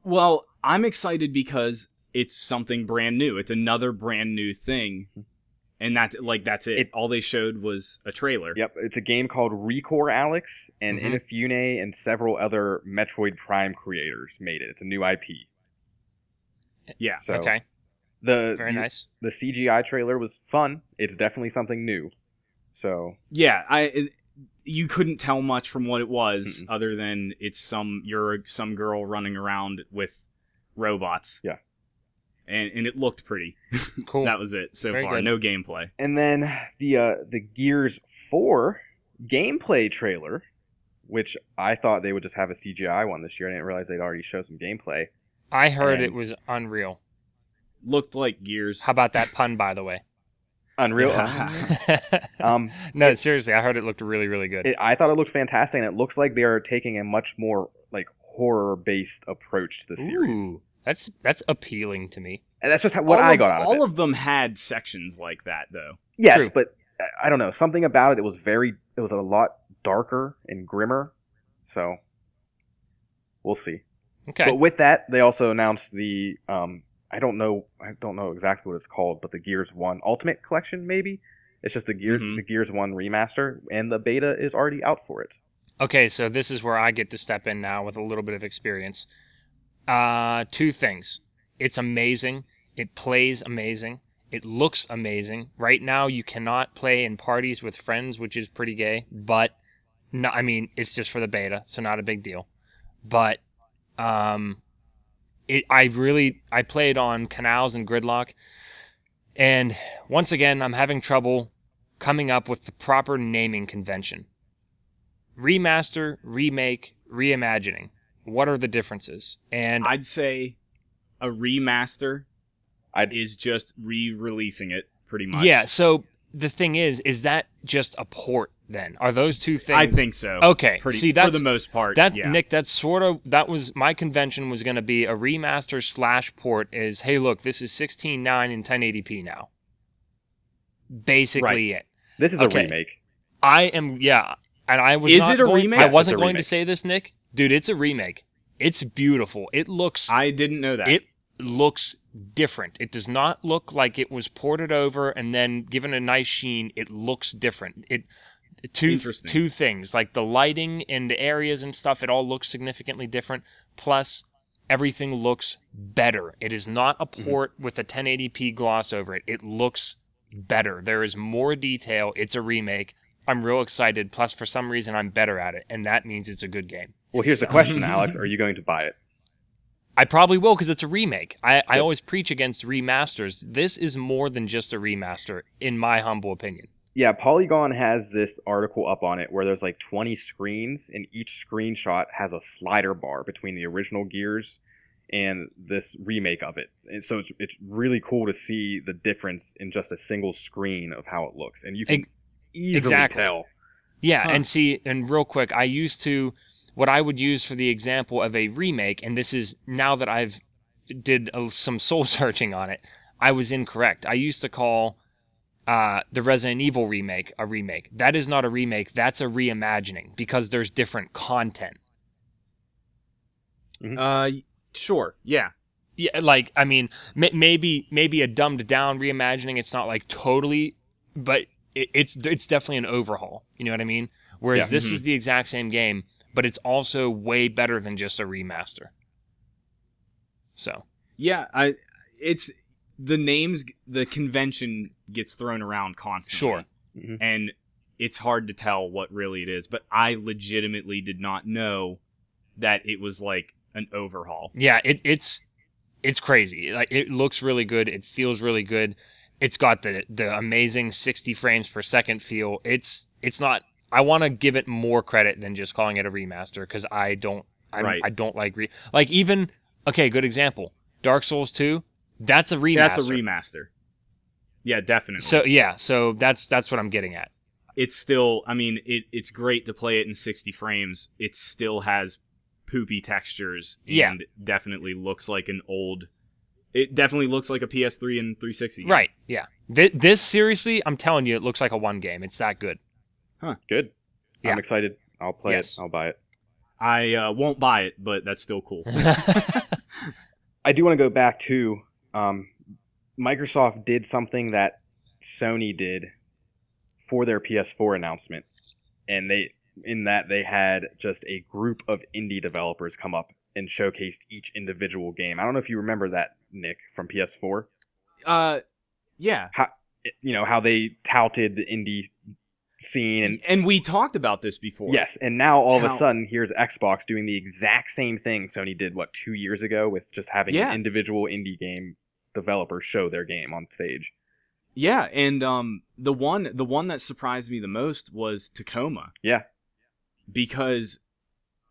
Well, I'm excited because it's something brand new. It's another brand new thing. And that's like that's it.
Mm-hmm. It-
All they showed was a trailer.
Yep, it's a game called Recore Alex, and
Mhm.
Inafune and several other Metroid Prime creators made it. It's a new IP.
Yeah.
So
okay.
The
Very
the,
nice.
the CGI trailer was fun. It's definitely something new. So
Yeah, I it- you couldn't tell much from what it was
Mm-mm.
other than it's some you're some girl running around with robots.
Yeah.
And and it looked pretty.
Cool.
That was it so
Very
far.
good.
No gameplay.
and then the uh, the Gears Four gameplay trailer, which I thought they would just have a CGI one this year. I didn't realize they'd already show some gameplay.
I heard
and-
it was unreal.
Looked like Gears.
How about that pun, by the way?
Unreal. um,
no, seriously, I heard it looked really, really good.
it, I thought it looked fantastic, and it looks like they are taking a much more like horror based approach to the series.
Ooh, that's that's appealing to me.
And that's just how, what
all
I
of-
got out of it.
All of them had sections like that though.
yes,
True.
but uh, I- I don't know something about it. It was very. It was a lot darker and grimmer. So we'll see.
Okay.
But with that, they also announced the. Um, I don't know. I don't know exactly what it's called, but the Gears One Ultimate Collection, maybe. It's just the Gears
Mhm.
the Gears One remaster, and the beta is already out for it.
Okay, so this is where I get to step in now with a little bit of experience. Uh, two things. It's amazing. It plays amazing. It looks amazing. Right now, you cannot play in parties with friends, which is pretty gay, but no, I mean, it's just for the beta, so not a big deal. But, um, it, I really, I played on canals and gridlock. And once again, I'm having trouble coming up with the proper naming convention remaster, remake, reimagining. What are the differences? And
I'd say a remaster
I'd
is just re-releasing it pretty much.
yeah, so the thing is, is that just a port then? Are those two things?
I think so.
Okay,
Pretty,
see,
for
that's-
the most part.
That's
yeah.
Nick. That's sort of that was my convention was going to be a remaster slash port. Is hey, look, this is 16:9 and 1080p now. Basically, it.
this is
okay.
a remake.
I am yeah, and I was.
Is
not
it a
going-
remake?
I
Yes, it's
wasn't
a
going
remake.
to say this, Nick. Dude, it's a remake. It's beautiful. It looks
I didn't know that.
It looks different. It does not look like it was ported over and then given a nice sheen. It looks different. It two
Interesting.
two things like the lighting and the areas and stuff. It all looks significantly different. Plus, everything looks better. It is not a
Mm-hmm.
port with a 1080p gloss over it. It looks better. There is more detail. It's a remake. I'm real excited. Plus, for some reason, I'm better at it, and that means it's a good game.
Well, here's the question, Alex: Are you going to buy it?
I probably will because it's a remake. I, I always preach against remasters. This is more than just a remaster, in my humble opinion.
Yeah, Polygon has this article up on it where there's like 20 screens, and each screenshot has a slider bar between the original Gears and this remake of it. And so it's, it's really cool to see the difference in just a single screen of how it looks, and you can
Ex-
easily
exactly.
tell.
Yeah,
Huh.
and see, and real quick, I used to what I would use for the example of a remake, and this is now that I've did a, some soul searching on it, I was incorrect. I used to call uh, the Resident Evil remake a remake. That is not a remake. That's a reimagining because there's different content.
Uh, sure. Yeah.
yeah, like I mean, ma maybe maybe a dumbed down reimagining. It's not like totally, but it, it's it's definitely an overhaul. You know what I mean? Whereas
Yeah.
this is the exact same game, but it's also way better than just a remaster. So
Yeah, I it's the names the convention gets thrown around constantly.
Sure.
Mhm.
And it's hard to tell what really it is, but I legitimately did not know that it was like an overhaul.
yeah, it, it's it's crazy. Like it looks really good. It feels really good. It's got the the amazing sixty frames per second feel. It's it's not. I want to give it more credit than just calling it a remaster because I don't. I,
Right.
I don't like re like even okay. Good example. Dark Souls two. That's a remaster.
That's a remaster. Yeah, definitely.
So yeah. So that's that's what I'm getting at.
it's still I mean, it it's great to play it in 60 frames. It still has poopy textures and
Yeah.
definitely looks like an old it definitely looks like a PS3 and 360. game.
Right. Yeah. Th- this seriously, I'm telling you, it looks like a one game. It's that good.
Good.
Yeah.
I'm excited. I'll play
Yes.
it. I'll buy it.
I uh, won't buy it, but that's still cool.
I do want to go back to um, Microsoft did something that Sony did for their PS4 announcement, and they in that they had just a group of indie developers come up and showcased each individual game. I don't know if you remember that Nick from PS4.
uh, yeah.
It- you know how they touted the indie scene and
And, we talked about this before.
Yes, and now all of a
How-
sudden, here's Xbox doing the exact same thing Sony did what two years ago with just having
Yeah.
an individual indie game developer show their game on stage.
Yeah, and um, the one the one that surprised me the most was Tacoma.
Yeah.
Because,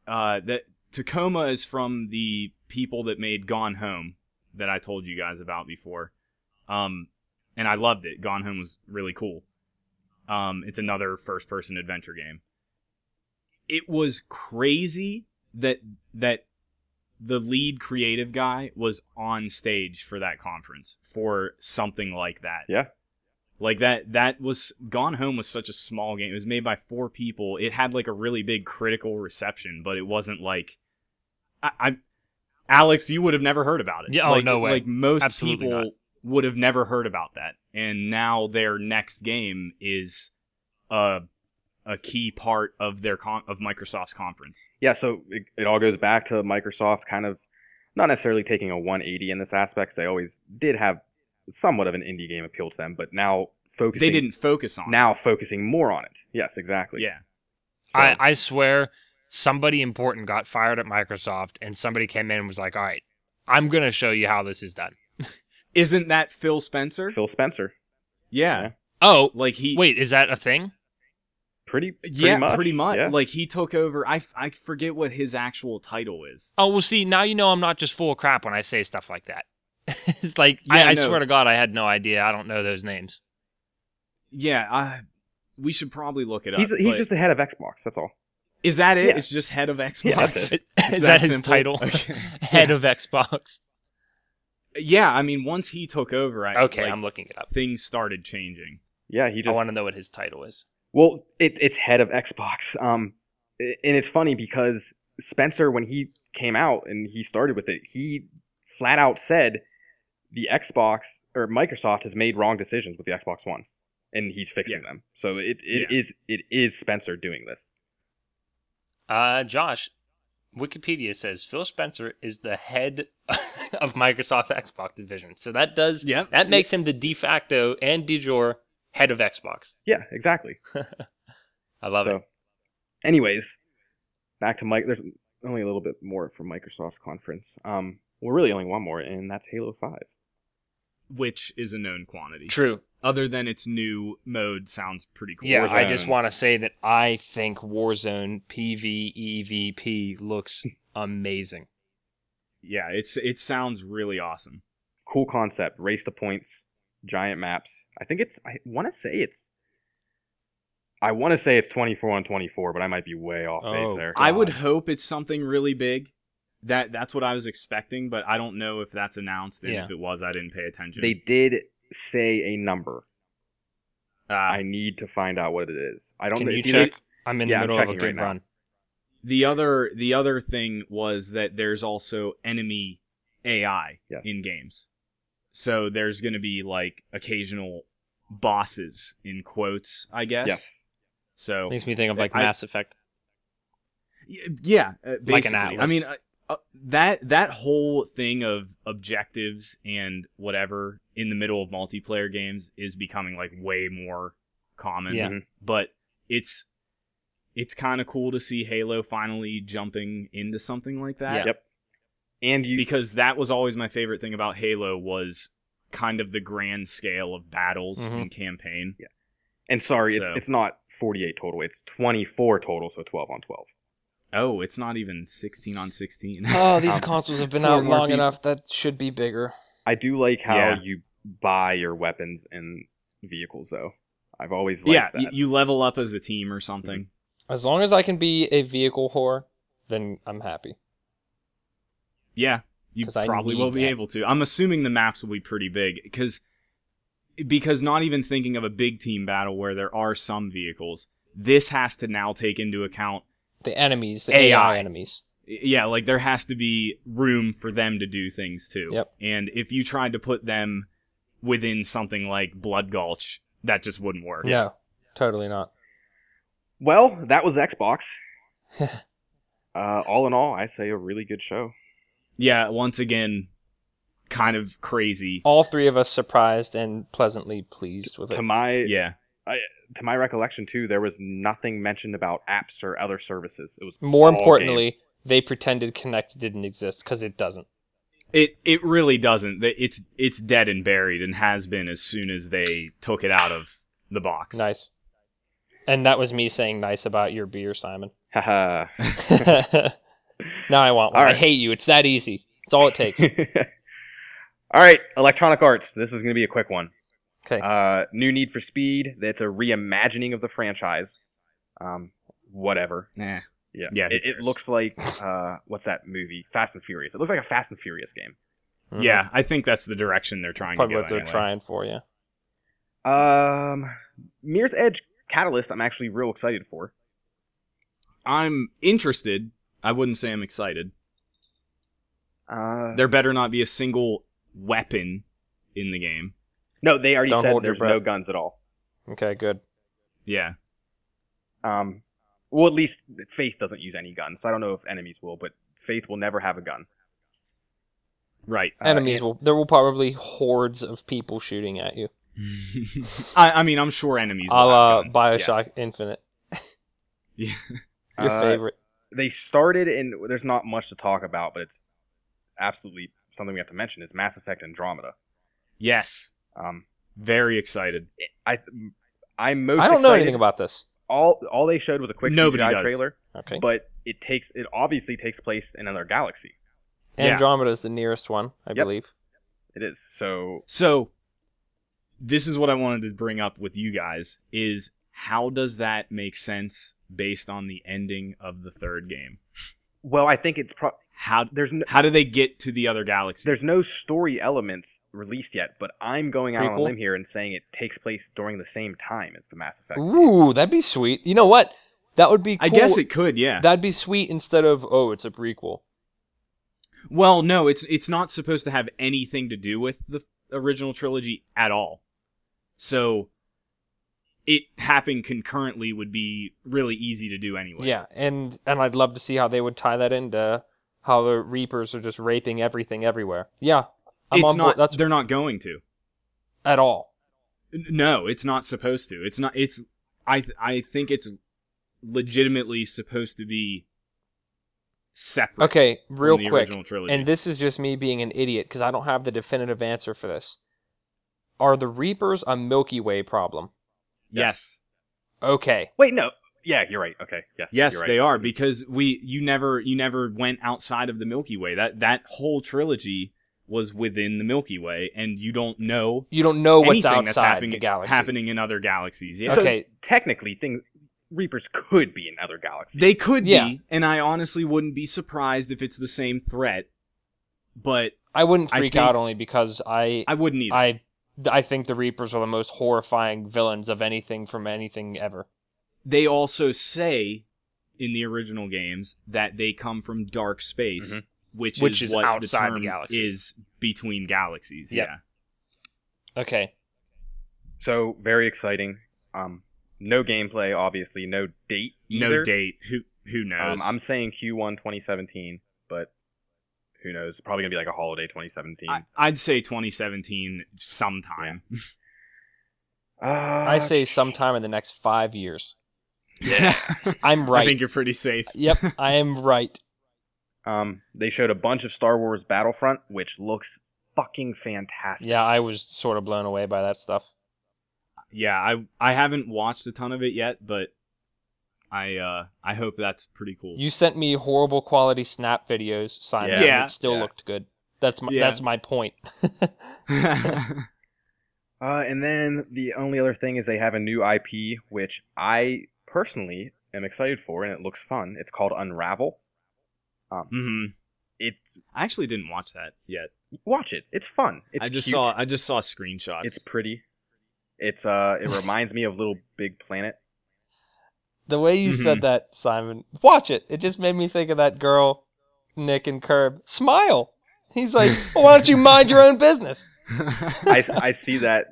uh, that Tacoma is from the people that made Gone Home that I told you guys about before, um, and I loved it. Gone Home was really cool. Um, it's another first person adventure game. It was crazy that that the lead creative guy was on stage for that conference for something like that.
Yeah.
Like that that was Gone Home was such a small game. It was made by four people. It had like a really big critical reception, but it wasn't like I, I Alex, you would have never heard about it.
Yeah, oh,
Like-
no way.
Like most
Absolutely
people
not.
would have never heard about that. And now their next game is a a key part of their con- of Microsoft's conference.
Yeah, so it, it all goes back to Microsoft kind of not necessarily taking a 180 in this aspect. 'cause They always did have somewhat of an indie game appeal to them, but now focusing
They didn't focus on it.
now focusing more on it. Yes, exactly.
Yeah.
So-
I, I swear somebody important got fired at Microsoft and somebody came in and was like, all right, I'm going to show you how this is done.
Isn't that Phil Spencer?
Phil Spencer,
yeah.
Yeah.
Oh,
Like he
wait, is that a thing?
pretty, pretty
yeah,
much.
pretty much.
Yeah.
Like he took over I, f- I forget what his actual title is.
Oh, well, see, now you know I'm not just full of crap when I say stuff like that. it's like,
Yeah,
I, I
no.
swear to God, I had no idea. I don't know those names.
Yeah, I we should probably look it up.
he's he's
but-
just the head of Xbox. That's all.
Is that it?
Yeah.
It's just head of Xbox.
Yeah, that's
Is
Is
that his
simple?
title?
Okay.
Head of Xbox.
Yeah, I mean once he took over, I
Okay,
like,
I'm looking it up.
things started changing.
Yeah, he
I
just
want to know what his title is.
Well, it, it's head of Xbox. Um, a- and it's funny because Spencer, when he came out and he started with it, he flat out said the Xbox or Microsoft has made wrong decisions with the Xbox One, and he's fixing them. So it it is
Yeah.
it is Spencer doing this.
Uh, Josh, Wikipedia says Phil Spencer is the head of Microsoft Xbox division. So that does
Yep.
that makes him the de facto and de jure head of Xbox.
Yeah, exactly.
I love
so,
it.
anyways, back to Mike. There's only a little bit more from Microsoft's conference. Um, well, really only one more, and that's Halo Five.
which is a known quantity.
True.
Other than its new mode, sounds pretty cool.
Yeah, I
Warzone.
just want to say that I think Warzone PvEVP looks amazing.
yeah, it's it sounds really awesome.
Cool concept. Race to points. Giant maps. I think it's. I want to say it's. I want to say it's 24 on 24, but I might be way off base
Oh,
there.
I would hope it's something really big. That that's what I was expecting, but I don't know if that's announced, and
Yeah.
if it was, I didn't pay attention.
They did say a number.
uh,
I need to find out what it is. I don't.
Can
know-
you
it's either-
check? I'm in
yeah, I'm
the middle of a
checking
good
right now.
run.
the other the other thing was that there's also enemy AI
Yes.
in games, so there's going to be like occasional bosses in quotes, I guess.
Yes.
So
Makes me think of like
I-
Mass Effect.
Y- Yeah, uh, basically. I
atlas.
mean, uh, uh, that that whole thing of objectives and whatever in the middle of multiplayer games is becoming like way more common.
Yeah.
Mhm.
But it's it's kind of cool to see Halo finally jumping into something like that
Yep. And you
because that was always my favorite thing about Halo was kind of the grand scale of battles
Mhm.
and campaign.
and sorry, it's
So-
it's not 48 total. It's 24 total, so 12 on 12.
Oh, it's not even 16 on 16.
Oh, these
Um,
consoles have been
four
out
more
long
people.
enough. That should be bigger.
I do like how
Yeah.
you buy your weapons and vehicles, though. I've always liked
yeah,
that.
y- you level up as a team or something.
As long as I can be a vehicle whore, then I'm happy.
Yeah, you
'Cause I
probably
need
will be
that.
able to. I'm assuming the maps will be pretty big because because not even thinking of a big team battle where there are some vehicles, this has to now take into account.
The enemies, the
AI.
AI enemies.
y- Yeah, like there has to be room for them to do things too.
Yep.
And if you tried to put them within something like Blood Gulch, that just wouldn't work.
No, totally not.
well, that was Xbox. uh, all in all, I say a really good show.
Yeah. Once again, kind of crazy.
All three of us surprised and pleasantly pleased with
To
it.
my
Yeah.
to my recollection, too, there was nothing mentioned about apps or other services. It was
More
all
importantly,
games.
they pretended Connect didn't exist because it doesn't.
It it really doesn't. They- It's it's dead and buried and has been as soon as they took it out of the box.
Nice. And that was me saying nice about your beer, Simon.
Haha.
now I want one.
All
I
right.
hate you. It's that easy. It's all it takes.
all right, Electronic Arts. This is going to be a quick one.
Okay.
Uh, new Need for Speed. That's a reimagining of the franchise. Um, whatever.
Nah.
Yeah.
Yeah,
It,
who
it
cares?
looks like uh, what's that movie? Fast and Furious. It looks like a Fast and Furious game.
Mhm.
Yeah, I think that's the direction they're trying
Probably
to go.
what they're
anyway.
trying for, yeah.
Um, Mirror's Edge Catalyst. I'm actually real excited for.
I'm interested. I wouldn't say I'm excited.
Uh,
There better not be a single weapon in the game.
no, they already
Don't
said
hold your
there's no
breath.
guns at all.
Okay, good.
Yeah.
Um, well, at least Faith doesn't use any guns, so I don't know if enemies will, but Faith will never have a gun.
Right.
Uh,
Enemies will. There will probably hordes of people shooting at you.
I, I mean, I'm sure enemies.
A
will
la
have guns,
Bioshock
yes.
Infinite.
Yeah.
Your
Uh,
favorite.
They started, and there's not much to talk about, but it's absolutely something we have to mention is Mass Effect Andromeda.
Yes.
Um,
Very excited.
I, I'm most.
I don't know
excited-
anything about this.
all. All they showed was a quick
Nobody
CGI
does.
trailer.
Okay.
but it takes it obviously takes place in another galaxy.
yeah.
Andromeda is the nearest one, I
Yep.
believe.
It is so
So this is what I wanted to bring up with you guys is how does that make sense based on the ending of the third game?
well. I think it's pro-
How
there's no,
how do they get to the other galaxy?
there's no story elements released yet, but I'm going out on a
Prequel?
limb here and saying it takes place during the same time as the Mass Effect.
Ooh, that'd be sweet. You know what? That would be. Cool.
I guess it could, yeah.
That'd be sweet instead of oh, it's a prequel.
well, no, it's it's not supposed to have anything to do with the f- original trilogy at all. So it happen concurrently would be really easy to do anyway.
Yeah, and and I'd love to see how they would tie that into how the Reapers are just raping everything everywhere. Yeah, I'm
it's
on
not.
board. That's
they're not going to.
at all.
N- No, it's not supposed to. It's not. It's. I. Th- I think it's legitimately supposed to be separate.
Okay,
from
real
the
quick,
Original trilogy.
and this is just me being an idiot because I don't have the definitive answer for this. Are the Reapers a Milky Way problem?
yes,
Okay,
Wait, no. Yeah, you're right. Okay. Yes.
yes,
you're right.
they are because we. You never. You never went outside of the Milky Way. That that whole trilogy was within the Milky Way, and you don't know
you don't know what's
anything that's
outside
happening
the galaxy.
happening in other galaxies. Yeah.
So
Okay.
technically, things Reapers could be in other galaxies.
They could
Yeah.
be, and I honestly wouldn't be surprised if it's the same threat. But
I wouldn't
I
freak
think-
out only because I
I wouldn't either.
I I think the Reapers are the most horrifying villains of anything from anything ever.
they also say in the original games that they come from dark space, which,
Which
is,
is
what
outside the
the, term
galaxy.
is between galaxies.
Yep.
Yeah,
Okay.
So very exciting. Um, no gameplay, obviously. No date.
no
either.
date. Who who knows?
Um, I'm saying Q1 2017, but who knows? Probably gonna be like a holiday 2017.
I, I'd say 2017 sometime.
Uh,
I say sometime in the next five years.
Yeah,
I'm
I
right.
think you're pretty safe.
yep, I am right.
Um, they showed a bunch of Star Wars Battlefront, which looks fucking fantastic.
Yeah, I was sort of blown away by that stuff.
Yeah, I I haven't watched a ton of it yet, but I uh I hope that's pretty cool.
You sent me horrible quality snap videos, Simon.
Yeah.
and
Yeah.
it still
Yeah.
looked good. That's my
Yeah.
that's my point.
Uh, and then the only other thing is they have a new IP, which I personally am excited for, and it looks fun. It's called Unravel. Um,
hmm
it's
I actually didn't watch that yet.
watch it. It's fun. It's
I just
cute.
saw I just saw screenshots.
It's pretty. It's uh, it reminds me of Little Big Planet.
the way you
Mm-hmm.
said that, Simon, watch it. It just made me think of that girl, Nick and Curb. Smile. He's like, why don't you mind your own business?
I, I see that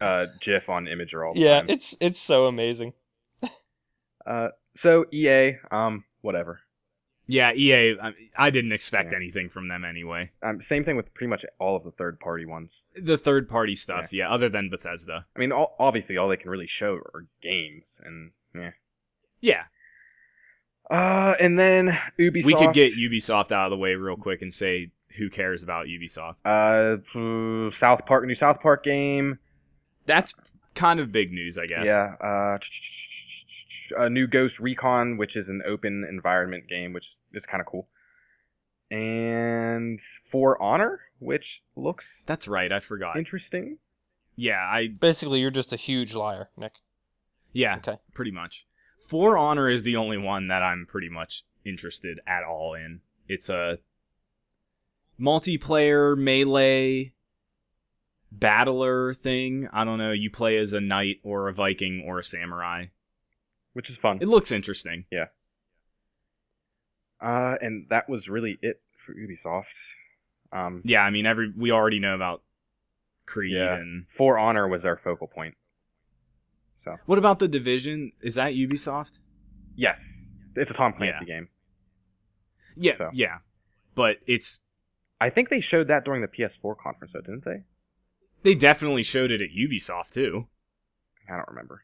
uh, GIF on
Oh,
Imager all the
Yeah,
time.
it's it's so amazing.
Uh, so EA, um, whatever.
yeah, EA. I, I didn't expect
Yeah.
anything from them anyway.
Um, same thing with pretty much all of the third party ones.
The third party stuff, yeah. Other than Bethesda,
I mean, all, obviously, all they can really show are games, and yeah.
yeah.
Uh, and then Ubisoft.
We could get Ubisoft out of the way real quick and say who cares about Ubisoft.
Uh, phew, South Park, new South Park game.
That's kind of big news, I guess.
Yeah. Uh, ch- ch- ch- ch- a new Ghost Recon, which is an open environment game, which is, is kind of cool. And For Honor, which looks
that's right. I forgot.
interesting.
yeah, I
Basically, you're just a huge liar, Nick.
yeah,
Okay.
pretty much. For Honor is the only one that I'm pretty much interested at all in. It's a multiplayer melee battler thing. I don't know. You play as a knight or a Viking or a samurai.
Which is fun.
It looks interesting.
Uh, and that was really it for Ubisoft. Um,
Yeah, I mean, every we already know about Creed
Yeah.
and
For Honor was our focal point. So
what about the Division? Is that Ubisoft?
yes, it's a Tom Clancy game.
Yeah,
So.
yeah, but it's
I think they showed that during the PS4 conference, though, didn't they?
they definitely showed it at Ubisoft too.
I don't remember.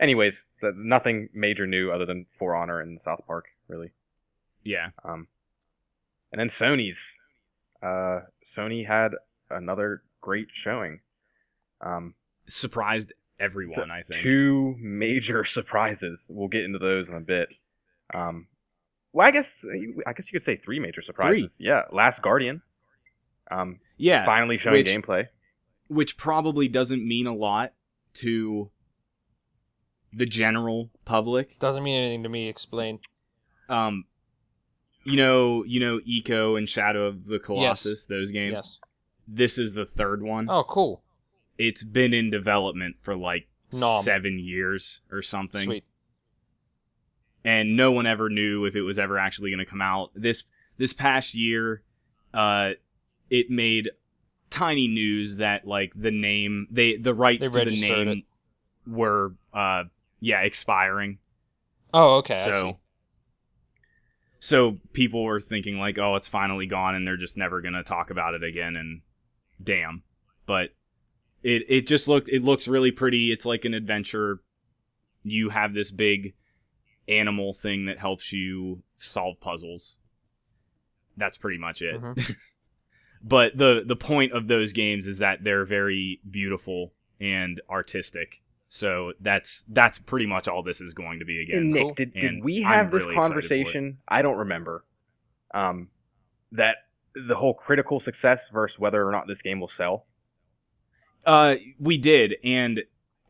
Anyways, th nothing major new other than For Honor and South Park, really.
Yeah,
Um, and then Sony's. Uh, Sony had another great showing. Um,
surprised everyone.
So,
I think.
two major surprises. We'll get into those in a bit. Um, well, I guess I guess you could say three major surprises. Yeah, Last Guardian. Um,
yeah,
finally showing
which-
gameplay.
which probably doesn't mean a lot to the general public.
Doesn't mean anything to me. Explain.
Um, you know, you know, Eco and Shadow of the Colossus, those games.
Yes.
This is the third one.
Oh, cool.
It's been in development for like
Nom.
seven years or something.
Sweet.
and no one ever knew if it was ever actually going to come out. This this past year, uh, it made tiny news that like the name they the rights
They
to the
registered
name
it.
were uh yeah expiring.
Oh, okay. I see.
so so people were thinking like, oh, it's finally gone, and they're just never gonna talk about it again. And damn, but it it just looked it looks really pretty. It's like an adventure. You have this big animal thing that helps you solve puzzles. That's pretty much it.
Mm-hmm.
but the the point of those games is that they're very beautiful and artistic. So that's that's pretty much all this is going to be again.
And Nick,
cool.
did, did
And
we
I'm
have this
really excited for it.
conversation? I don't remember. Um, that the whole critical success versus whether or not this game will sell.
Uh, we did, and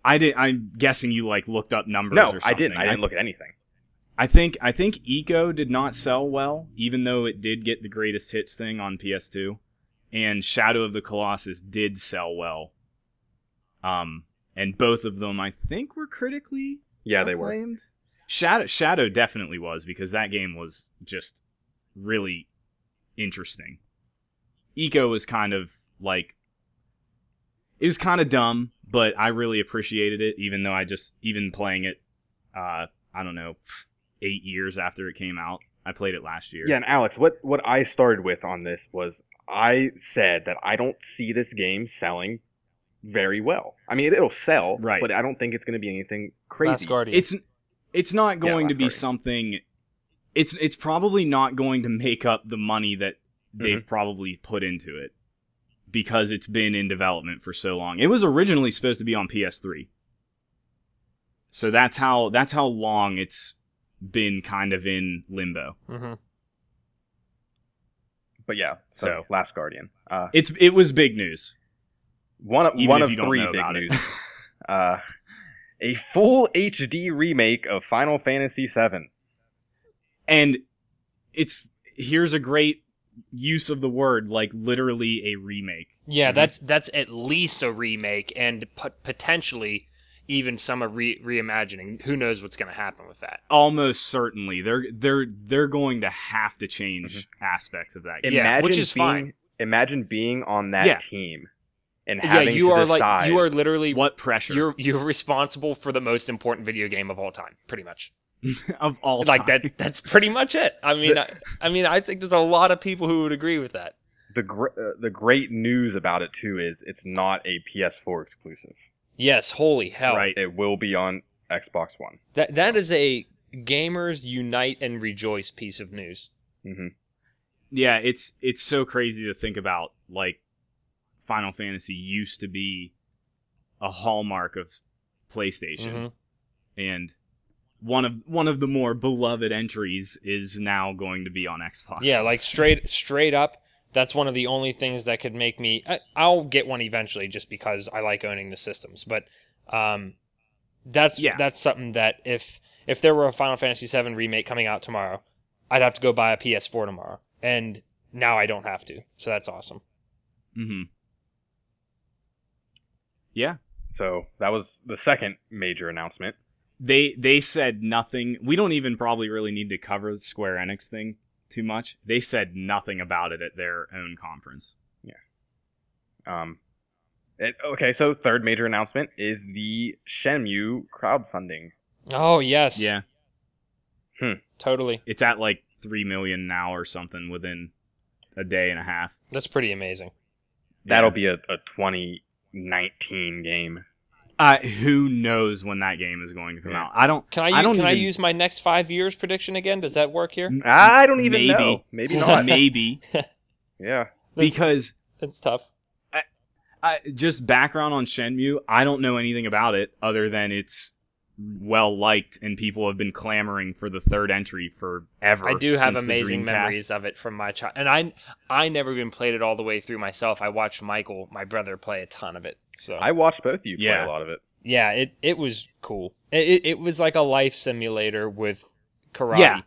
I did. I'm guessing you like looked up numbers.
No,
or something.
I didn't. I didn't look at anything.
I think I think Eco did not sell well, even though it did get the greatest hits thing on PS2, and Shadow of the Colossus did sell well. Um, and both of them, I think, were critically
Yeah, they were.
acclaimed. Shadow Shadow definitely was because that game was just really interesting. Eco was kind of like it was kind of dumb, but I really appreciated it even though I just even playing it uh I don't know 8 years after it came out. I played it last year.
Yeah, and Alex, what what I started with on this was I said that I don't see this game selling very well. I mean, it'll sell,
Right.
But I don't think it's going to be anything
Last
crazy.
Guardian.
It's it's not going to
last
be
Guardian.
something it's it's probably not going to make up the money that they've probably put into it because it's been in development for so long. It was originally supposed to be on PS3. So that's how that's how long it's been kind of in limbo.
hmm
But yeah, so,
So.
Last Guardian. Uh,
It's it was big news.
one of
Even
one
if
of
you don't
three
know
big
about it.
news. uh, a full HD remake of Final Fantasy VII.
And it's here's a great use of the word like literally a remake.
Yeah,
Mhm.
that's that's at least a remake and pot potentially even some a re- reimagining. Who knows what's going to happen with that?
almost certainly they're they're they're going to have to change
Mm-hmm.
aspects of that game.
Yeah, which is
being,
fine.
Imagine being on that
Yeah.
team and
Yeah,
having
you
to
are
decide.
like you are literally
what pressure
you're you're responsible for the most important video game of all time, pretty much.
of all
like
time.
that that's pretty much it. I mean, I, I mean, I think there's a lot of people who would agree with that.
the gr- uh, the great news about it too is it's not a PS4 exclusive.
Yes, holy hell.
right
It will be on Xbox One.
That that is a gamers unite and rejoice piece of news.
hmm
yeah it's it's so crazy to think about like Final Fantasy used to be a hallmark of PlayStation
Mm-hmm.
Mhm.
and one of one of the more beloved entries is now going to be on Xbox
Yeah, like straight straight up. That's one of the only things that could make me. I, I'll get one eventually, just because I like owning the systems. But um, that's
Yeah.
that's something that if if there were a Final Fantasy VII remake coming out tomorrow, I'd have to go buy a PS4 tomorrow, and now I don't have to. So that's awesome.
mm-hmm. yeah
So that was the second major announcement.
they they said nothing. We don't even probably really need to cover the Square Enix thing too much. They said nothing about it at their own conference.
Um, it- okay, so third major announcement is the Shenmue crowdfunding.
Oh yes,
Yeah,
totally.
it's at like three million now or something within a day and a half.
That's pretty amazing.
That'll
Yeah.
be a, a 2019 game.
Uh, who knows when that game is going to come
Yeah.
out? I don't.
Can I, use,
I don't
can I
even-
use my next five years prediction again? Does that work here?
I don't even
maybe.
know. Maybe not.
maybe
yeah.
because
That's tough.
I, just background on Shenmue. I don't know anything about it other than it's well liked and people have been clamoring for the third entry forever.
I do have
since the
amazing
Dreamcast.
memories of it from my child, and I I never even played it all the way through myself. I watched Michael, my brother, play a ton of it. So
I watched both of you play
Yeah.
a lot of it.
yeah, it it was cool. It it, it was like a life simulator with karate.
Yeah,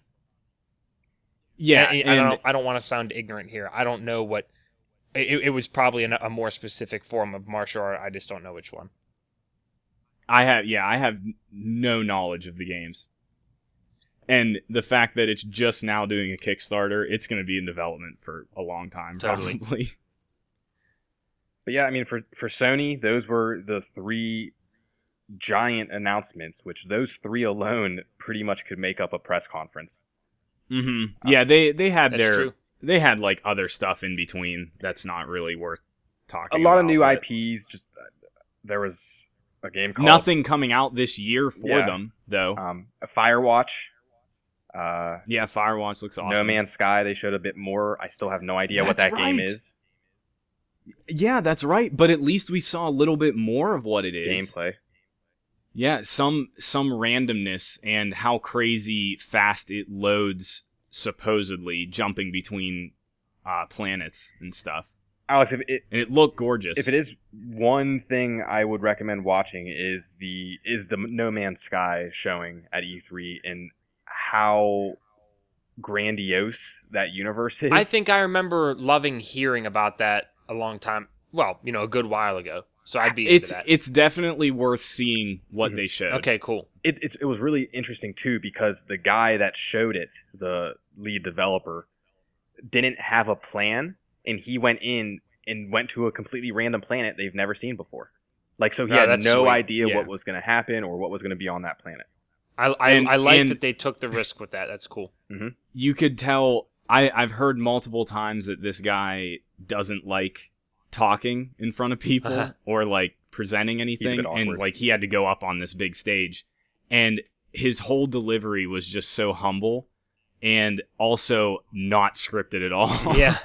Yeah,
I, I
and,
don't I don't want to sound ignorant here. I don't know what. It, it was probably an, a more specific form of martial art. I just don't know which one.
I have yeah, I have no knowledge of the games. And the fact that it's just now doing a Kickstarter, it's going to be in development for a long time
Totally.
probably.
But yeah, I mean, for for Sony, those were the three giant announcements, which those three alone pretty much could make up a press conference.
hmm Yeah, they they had
Mm-hmm. Uh, That's
their
true.
they had like other stuff in between that's not really worth
A
talking.
lot of
about,
new
but
IPs. Just uh, there was a game called
Nothing coming out this year for
Yeah.
them though.
um, Firewatch. Uh,
yeah, Firewatch looks awesome.
No Man's Sky. They showed a bit more. I still have no idea what that
That's
game
right.
is.
Yeah, that's right. But at least we saw a little bit more of what it is.
Gameplay.
Yeah, some some randomness and how crazy fast it loads supposedly jumping between uh, planets and stuff.
Alex, if it,
And it looked gorgeous.
if it is one thing I would recommend watching is the is the No Man's Sky showing at E3 and how grandiose that universe is.
I think I remember loving hearing about that a long time. Well, you know, a good while ago. So I'd be
it's
into that. Mm-hmm.
it's definitely worth seeing what
Mhm.
they showed.
okay, cool.
it, it, it was really interesting too because the guy that showed it, the lead developer, didn't have a plan, and he went in and went to a completely random planet they've never seen before. Like so, he
Oh,
had
that's
no
sweet.
idea
Yeah.
what was going to happen or what was going to be on that planet.
I I,
And-
I like
and-
that they took the risk with that. That's cool.
You could tell I I've heard multiple times that this guy doesn't like talking in front of people
Uh-huh.
or like presenting anything and
awkward.
like he had to go up on this big stage and his whole delivery was just so humble and also not scripted at all.
Yeah,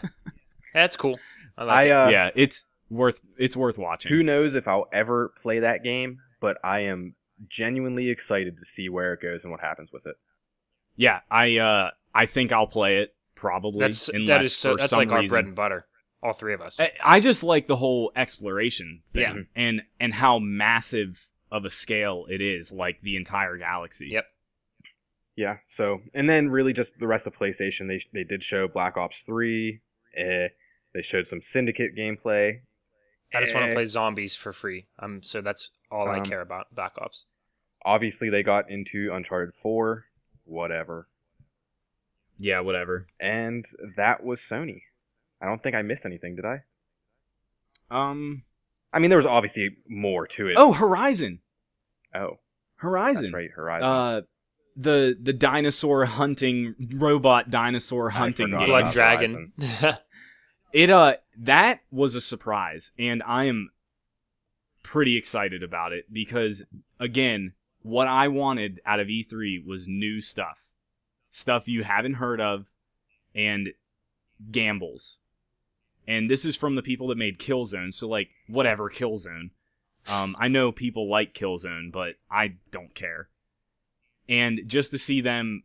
that's cool. I like.
I
it.
uh,
yeah, it's worth it's worth watching.
Who knows if I'll ever play that game, but I am genuinely excited to see where it goes and what happens with it.
yeah, I uh I think I'll play it probably
That's
unless
that is so.
for
That's
some
like our
reason Eh,
bread and butter. All three of us.
I, I just like the whole exploration thing
Yeah.
and and how massive of a scale it is, like the entire galaxy.
Yep.
Yeah. So, and then really just the rest of PlayStation, they they did show Black Ops Three. Eh, they showed some Syndicate gameplay.
I just want to
eh.
play zombies for free. Um, so that's all I
Um,
care about. Black Ops.
Obviously, they got into Uncharted Four. Whatever.
Yeah, whatever.
And that was Sony. I don't think I missed anything, did I?
Um
I mean, there was obviously more to it.
Oh, Horizon.
oh, that's
Horizon.
right, Horizon.
Uh the the dinosaur hunting robot dinosaur hunting
forgot
game.
Blood
about
Dragon.
It uh that was a surprise and I am pretty excited about it because again, what I wanted out of E3 was new stuff. Stuff you haven't heard of and gambles. And this is from the people that made Killzone, so like whatever Killzone. Um I know people like Killzone, but I don't care. And just to see them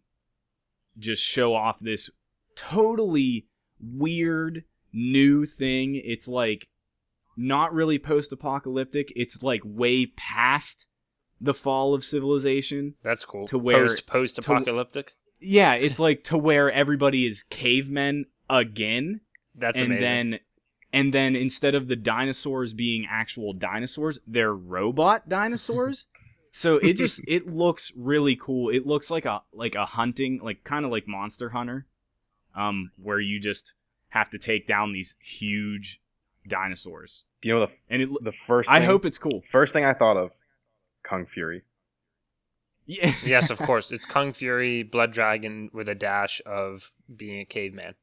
just show off this totally weird new thing. It's like not really post apocalyptic. It's like way past the fall of civilization.
That's cool.
To where-
post post apocalyptic.
Yeah, it's like to where everybody is cavemen again.
That's
and
amazing.
then and then instead of the dinosaurs being actual dinosaurs, they're robot dinosaurs. so it just it looks really cool. It looks like a like a hunting, like kind of like Monster Hunter, um, where you just have to take down these huge dinosaurs.
Do you know the
And it, lo-
the first?
I
thing-
hope it's cool.
first thing I thought of, Kung Fury.
Yeah.
yes, of course. It's Kung Fury, Blood Dragon with a dash of being a caveman.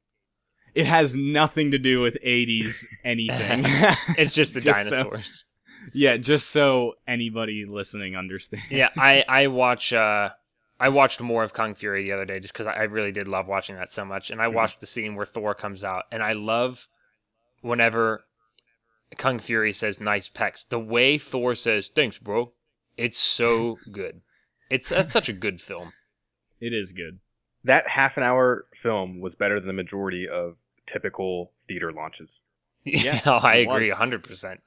It has nothing to do with 80s anything.
It's just the
Just so-
dinosaurs.
yeah, just so anybody listening understands.
yeah, I I watch uh I watched more of Kung Fury the other day just because I, I really did love watching that so much, and I
Mm-hmm.
Mhm.
watched the scene where Thor comes out, and I love whenever Kung Fury says "nice pecs." The way Thor says "thanks, bro," it's so good. It's that's such a good film.
It is good.
That half an hour film was better than the majority of typical theater launches.
Yeah,
Yes,
I
it
agree,
was.
hundred percent.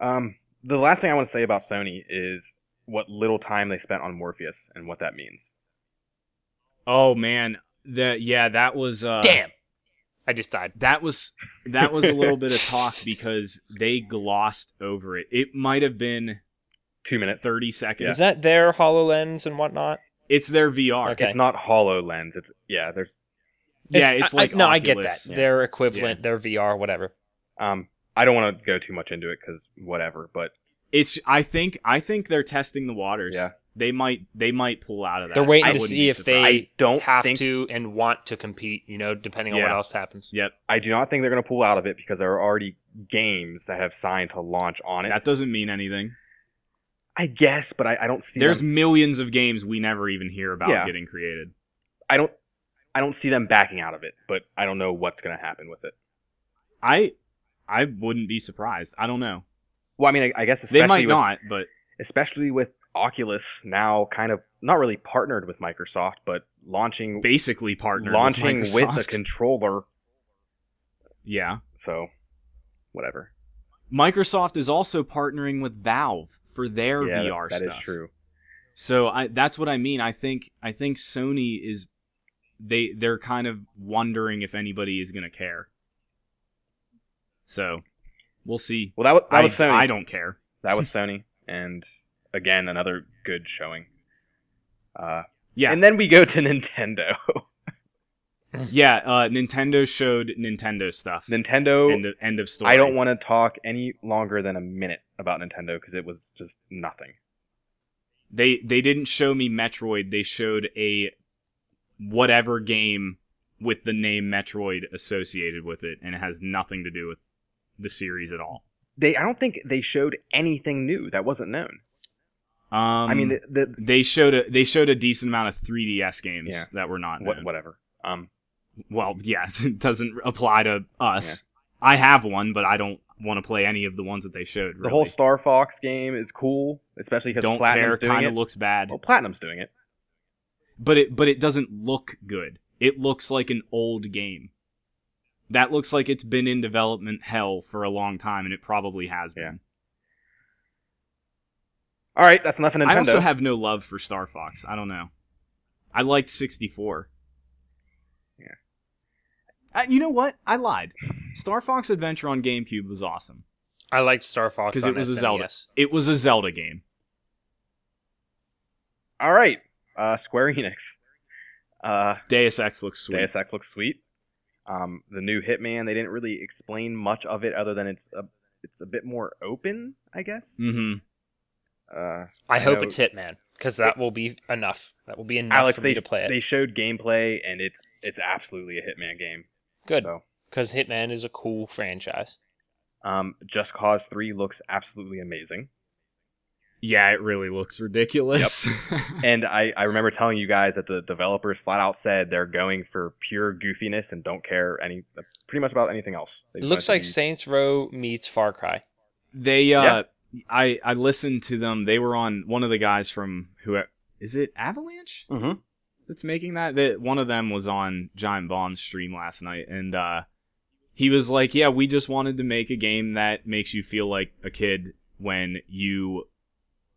Um, the last thing I want to say about Sony is what little time they spent on Morpheus and what that means.
Oh man, the yeah, that was uh,
Damn, I just died.
That was that was a little bit of talk because they glossed over it. It might have been
Two minutes.
thirty seconds.
Is that their Hololens and whatnot?
it's their VR.
Okay.
It's not Hololens. It's yeah. There's
Yeah, it's,
I- I-
like
no, I get that.
Oculus.
Their equivalent, their VR, whatever.
um. I don't want to go too much into it because whatever, but
It's I think I think they're testing the waters.
Yeah.
They might they might pull out of that.
They're waiting
I
to
wouldn't
see
be
if
surprised.
they
I don't
have
think-
to and want to compete, you know, depending on what
Yeah.
else happens.
Yep.
I do not think they're going to pull out of it because there are already games that have signed to launch on it.
That doesn't mean anything.
I guess, but I, I don't see.
There's
them,
millions of games we never even hear about
Yeah.
getting created.
I don't. I don't see them backing out of it, but I don't know what's going to happen with it.
I I wouldn't be surprised. I don't know.
Well, I mean, I, I guess especially
They might
with,
not, but
especially with Oculus now kind of not really partnered with Microsoft, but launching
basically partnered
launching
with,
with,
Microsoft.
a controller.
yeah.
So, whatever.
Microsoft is also partnering with Valve for their
yeah,
VR
that-
stuff.
that is true.
So I, that's what I mean. I think I think Sony is they they're kind of wondering if anybody is going to care. So we'll see.
Well, that was that
I,
was Sony.
I don't care.
That was Sony, and again another good showing. Uh,
Yeah,
And then we go to Nintendo.
yeah. Uh, Nintendo showed Nintendo stuff.
Nintendo.
end, of, end of story.
I don't want to talk any longer than a minute about Nintendo because it was just nothing.
They they didn't show me Metroid. They showed a whatever game with the name Metroid associated with it, and it has nothing to do with the series at all.
They, I don't think they showed anything new that wasn't known.
Um,
I mean, the, the
they showed a they showed a decent amount of 3DS games
Yeah.
that were not
what,
known.
whatever. Um,
well, yeah, it doesn't apply to us. I have one, but I don't want to play any of the ones that they showed. Really.
the whole Star Fox game is cool, especially because
don't
Platinum's
care
doing
kind
it. Oh,
of looks bad,
well, Platinum's doing it.
but it but it doesn't look good. It looks like an old game. That looks like it's been in development hell for a long time, and it probably has been.
Yeah. All right, that's enough of Nintendo.
I also have no love for Star Fox. I don't know. I liked 64.
Yeah.
Uh, you know what? I lied. Star Fox Adventure on GameCube was awesome.
I liked Star Fox
'Cause
on E
it was a
SNES.
Zelda. It was a Zelda game.
All right, uh, Square Enix. Uh,
Deus Ex looks sweet.
Deus Ex looks sweet. Um, the new Hitman, they didn't really explain much of it other than it's a, it's a bit more open, I guess.
Mm-hmm.
Uh,
I hope
know-
it's Hitman because that will be enough. That will be enough
Alex,
for me
they,
to play
they
it.
showed gameplay, and it's it's absolutely a Hitman game.
Good
So,
because Hitman is a cool franchise.
um, Just Cause Three looks absolutely amazing,
Yeah, it really looks ridiculous.
and I I remember telling you guys that the developers flat out said they're going for pure goofiness and don't care any pretty much about anything else. They
It
just
looks
want it
like
to
Saints Row meets Far Cry.
they uh I I listened to them. They were on one of the guys from who is it Avalanche?
be- Mhm.
that's making that that one of them was on Giant Bomb's stream last night and uh he was like, "Yeah, we just wanted to make a game that makes you feel like a kid when you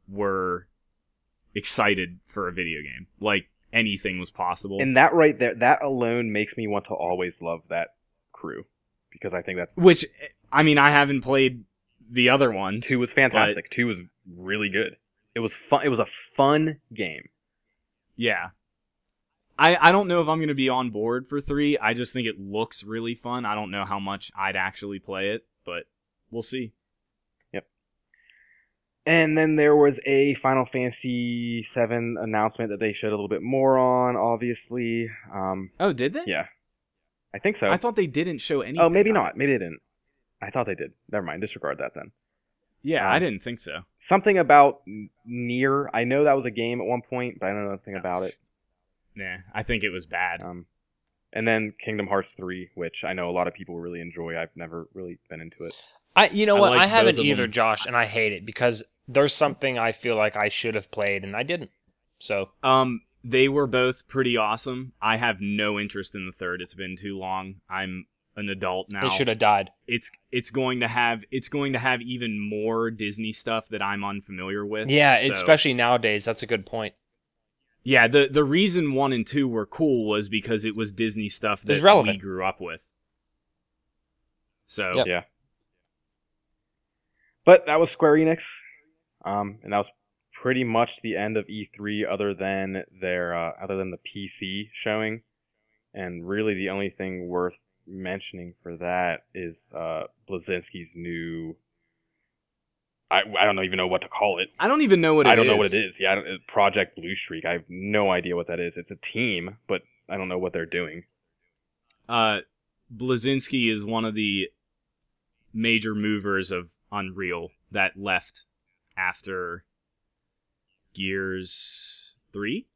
were excited for a video game. Like anything was possible."
and that right there, that alone makes me want to always love that crew because I think that's
Which I mean, I haven't played the other ones.
Two was fantastic. Two was really good. It was fun. It was a fun game.
Yeah. I, I don't know if I'm going to be on board for three. I just think it looks really fun. I don't know how much I'd actually play it, but we'll see.
And then there was a Final Fantasy VII announcement that they showed a little bit more on. Obviously, um,
Oh, did they?
yeah, I think so.
I thought they didn't show anything.
oh, maybe not. Maybe they didn't. I thought they did. Never mind. Disregard that then.
Yeah,
Uh,
I didn't think so.
Something about near. I know that was a game at one point, but I don't know anything about it.
Nah, I think it was bad.
Um, and then Kingdom Hearts three, which I know a lot of people really enjoy. I've never really been into it.
I, you know
I
what? I
liked both
haven't
of
either,
them.
Josh, and I hate it because there's something I feel like I should have played and I didn't. So
Um, they were both pretty awesome. I have no interest in the third. It's been too long. I'm an adult now.
they should have died.
It's it's going to have it's going to have even more Disney stuff that I'm unfamiliar with.
Yeah,
so-
especially nowadays. That's a good point.
Yeah, the the reason one and two were cool was because it was Disney stuff
was
that
relevant.
we grew up with. So
Yep.
But that was Square Enix, um, and that was pretty much the end of E3, other than their uh, other than the PC showing, and really the only thing worth mentioning for that is uh, Blazinski's new I, I don't even know what to call it.
I don't even know what it is.
I don't know what it is. Yeah, I don't, it- Project Blue Streak. I have no idea what that is. It's a team, but I don't know what they're doing.
Uh, Blazinski is one of the major movers of Unreal that left after Gears three.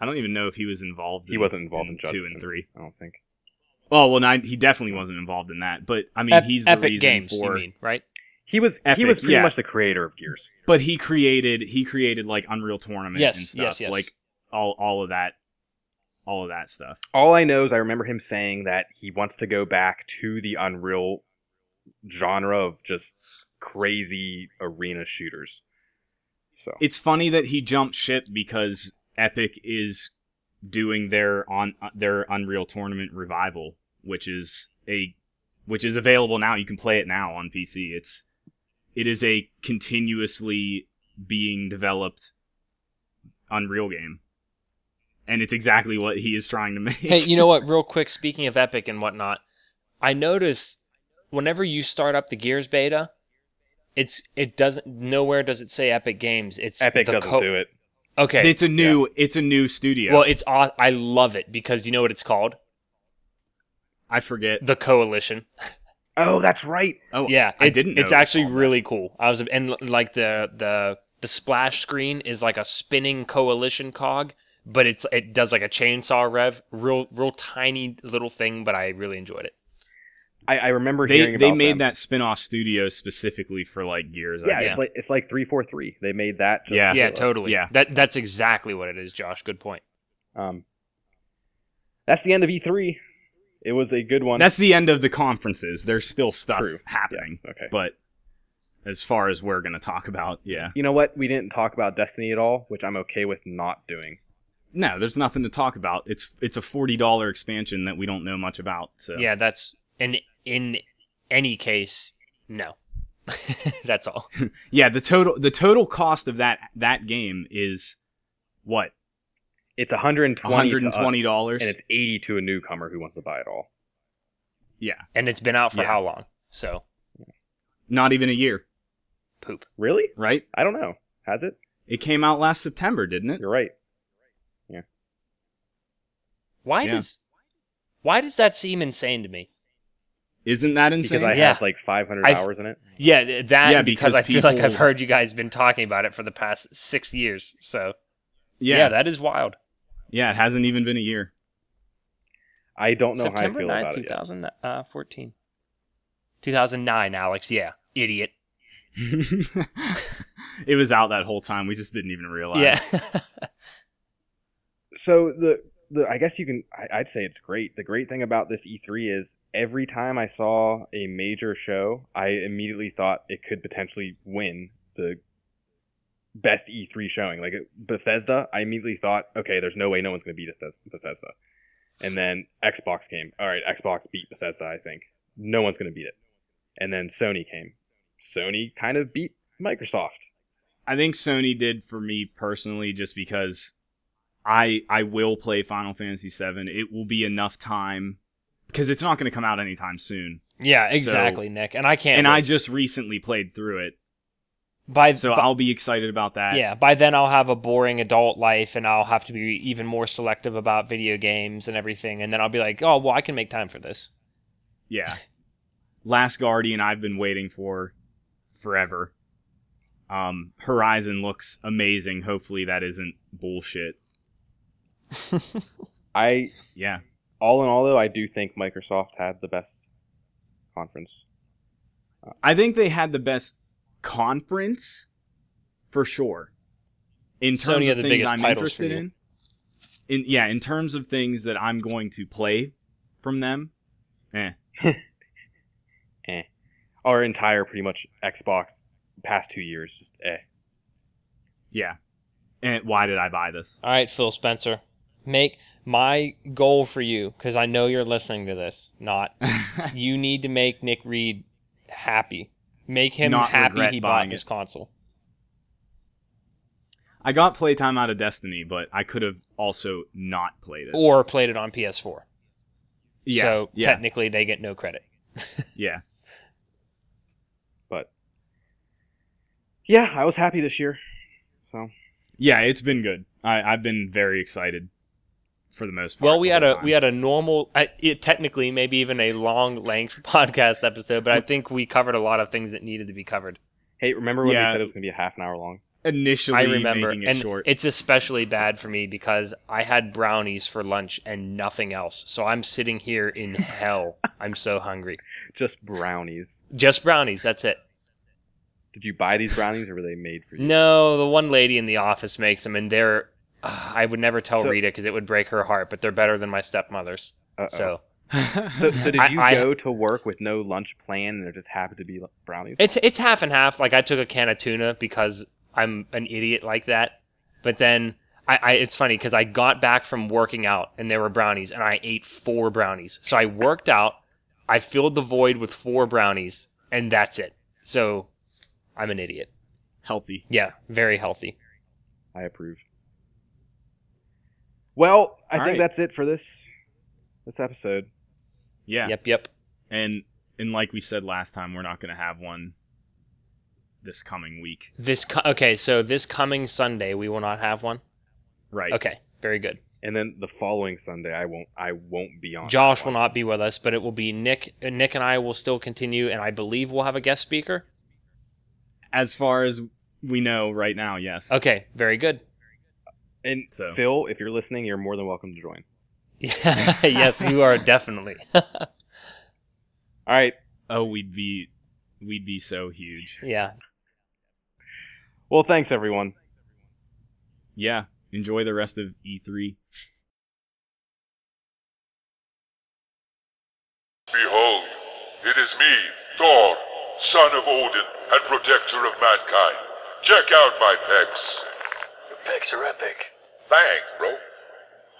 I don't even know if he was involved.
He
in-
wasn't involved in
two and
Judgment.
three.
I don't think.
Oh well, nine, he definitely wasn't involved in that. But I mean,
Ep-
he's the
Epic
reason
Games,
for.
you mean, right?
He was he
Epic,
was pretty
yeah.
much the creator of Gears.
But he created he created like Unreal Tournament
Yes,
and stuff
yes, yes.
like all all of that, all of that stuff.
All I know is I remember him saying that he wants to go back to the Unreal genre of just crazy arena shooters. So
it's funny that he jumped ship because Epic is doing their on their Unreal Tournament revival, which is a which is available now. You can play it now on PC. It's it is a continuously being developed Unreal game, and it's exactly what he is trying to make.
hey, you know what? Real quick, speaking of Epic and whatnot, I notice whenever you start up the Gears beta, it's it doesn't nowhere does it say Epic Games. It's
Epic
the
doesn't
co-
do it.
Okay,
it's a new it's a new studio.
well, it's aw- I love it because you know what it's called?
I forget.
The Coalition.
Oh, that's right.
Oh
yeah,
I
it's,
didn't. know
it's
it was
actually
called that.
really cool. I was and l- like the the the splash screen is like a spinning coalition cog, but it's it does like a chainsaw rev, real real tiny little thing, but I really enjoyed it.
I, I remember
They,
hearing
they
about
made
them.
that spin-off studio specifically for like Gears. I
Yeah,
think.
it's like it's like three four three. They made that. Just
Yeah.
for,
yeah,
like,
totally.
yeah.
that that's exactly what it is, Josh. Good point.
Um, that's the end of E three. It was a good one.
That's the end of the conferences. There's still stuff
True.
happening,
Yes, okay.
but as far as we're gonna talk about, yeah,
You know what? We didn't talk about Destiny at all, which I'm okay with not doing.
no, there's nothing to talk about. It's it's a forty dollar expansion that we don't know much about. So
Yeah, that's and in any case, no. that's all.
yeah. The total the total cost of that that game is what
It's 120
one hundred and twenty
dollars,
dollars.
and it's 80 to a newcomer who wants to buy it all.
Yeah,
And it's been out for
Yeah.
how long? So
not even a year,
poop.
Really?
right?
I don't know. Has it?
It came out last September, didn't it?
You're right.
Why
Yeah.
does why does that seem insane to me?
Isn't that
Because
insane?
I
Yeah.
have like 500
I-
hours in it.
Yeah, th- that
Yeah,
and because,
because
I feel like
people-
I've heard you guys been talking about it for the past six years. So yeah,
yeah,
that is wild.
yeah. It hasn't even been a year.
I don't know
September
how I feel
9th,
about it. Yet.
uh, 2014. 2009, Alex. Yeah, idiot.
it was out that whole time. We just didn't even realize.
Yeah.
So the the I guess you can I, I'd say it's great. The great thing about this E3 is every time I saw a major show, I immediately thought it could potentially win the best E3 showing. Like Bethesda, I immediately thought, okay, there's no way no one's going to beat Bethes- Bethesda. And then Xbox came. All right, Xbox beat Bethesda, I think. No one's going to beat it. And then Sony came. Sony kind of beat Microsoft.
I think Sony did for me personally, just because I I will play Final Fantasy VII. It will be enough time because it's not going to come out anytime soon.
yeah,
So-
exactly, Nick. And I can't.
and I
wait.
just recently played through it,
by
so
by-
I'll be excited about that.
yeah, by then I'll have a boring adult life, and I'll have to be even more selective about video games and everything. And then I'll be like, oh well, I can make time for this.
yeah. Last Guardian, I've been waiting for forever. Um, Horizon looks amazing. Hopefully, that isn't bullshit.
I
Yeah,
all in all though, I do think Microsoft had the best conference.
I think they had the best conference for sure. In terms
Sony had the
of things
biggest
I'm
titles
interested
for you.
in. In yeah, in terms of things that I'm going to play from them. Eh.
our entire pretty much Xbox past two years. Just eh.
Yeah. And why did I buy this?
All right, Phil Spencer, make my goal for you because I know you're listening to this. Not you need to make Nick Reed happy. Make him
Not
happy
regret
he
buying
bought this
it.
console.
I got playtime out of Destiny, but I could have also not played it.
Or played it on PS4.
yeah.
so
yeah.
technically they get no credit.
yeah.
But yeah, I was happy this year. So
Yeah, it's been good. I, I've been very excited for the most part.
Well, we
the
had
whole
a
time.
we had a normal, I, it, technically maybe even a long length podcast episode, but I think we covered a lot of things that needed to be covered.
hey, remember when
Yeah.
we said it was gonna be a half an hour long?
initially
I remember,
making it
and
short.
it's especially bad for me because I had brownies for lunch and nothing else, so I'm sitting here in hell. I'm so hungry.
Just brownies.
Just brownies. That's it.
Did you buy these brownies or were they made for
Mm,
you?
No, the one lady in the office makes them, and they're. ah, I would never tell
So-
Rita because it would break her heart, but they're better than my stepmother's.
Uh-oh.
So
so, so did
I-
you
I-
go to work with no lunch plan and there just happened to be like, brownies?
it's it's half and half. Like I took a can of tuna because I'm an idiot like that, but then I, I it's funny because I got back from working out and there were brownies, and I ate four brownies. So I worked out, I filled the void with four brownies, and that's it. So I'm an idiot.
healthy.
Yeah, very healthy.
I approve. Well, I
All
think
right.
that's it for this this episode.
Yeah.
Yep, yep.
And and like we said last time, we're not going to have one this coming week.
This co- okay. So this coming Sunday we will not have one.
Right. Oh,
Okay, very good.
And then the following Sunday, I won't. I won't be on.
Josh will not be with us, but it will be Nick. Nick and I will still continue, and I believe we'll have a guest speaker.
As far as we know right now, yes.
Okay, very good.
And
So.
Phil, if you're listening, you're more than welcome to join.
yes, you are definitely.
All right.
Oh, we'd be we'd be so huge.
yeah.
Well, thanks everyone.
Yeah. Enjoy the rest of E E3.
Behold, it is me, Thor, son of Odin and protector of mankind. Check out my pecs.
Your pecs are epic.
Thanks, bro.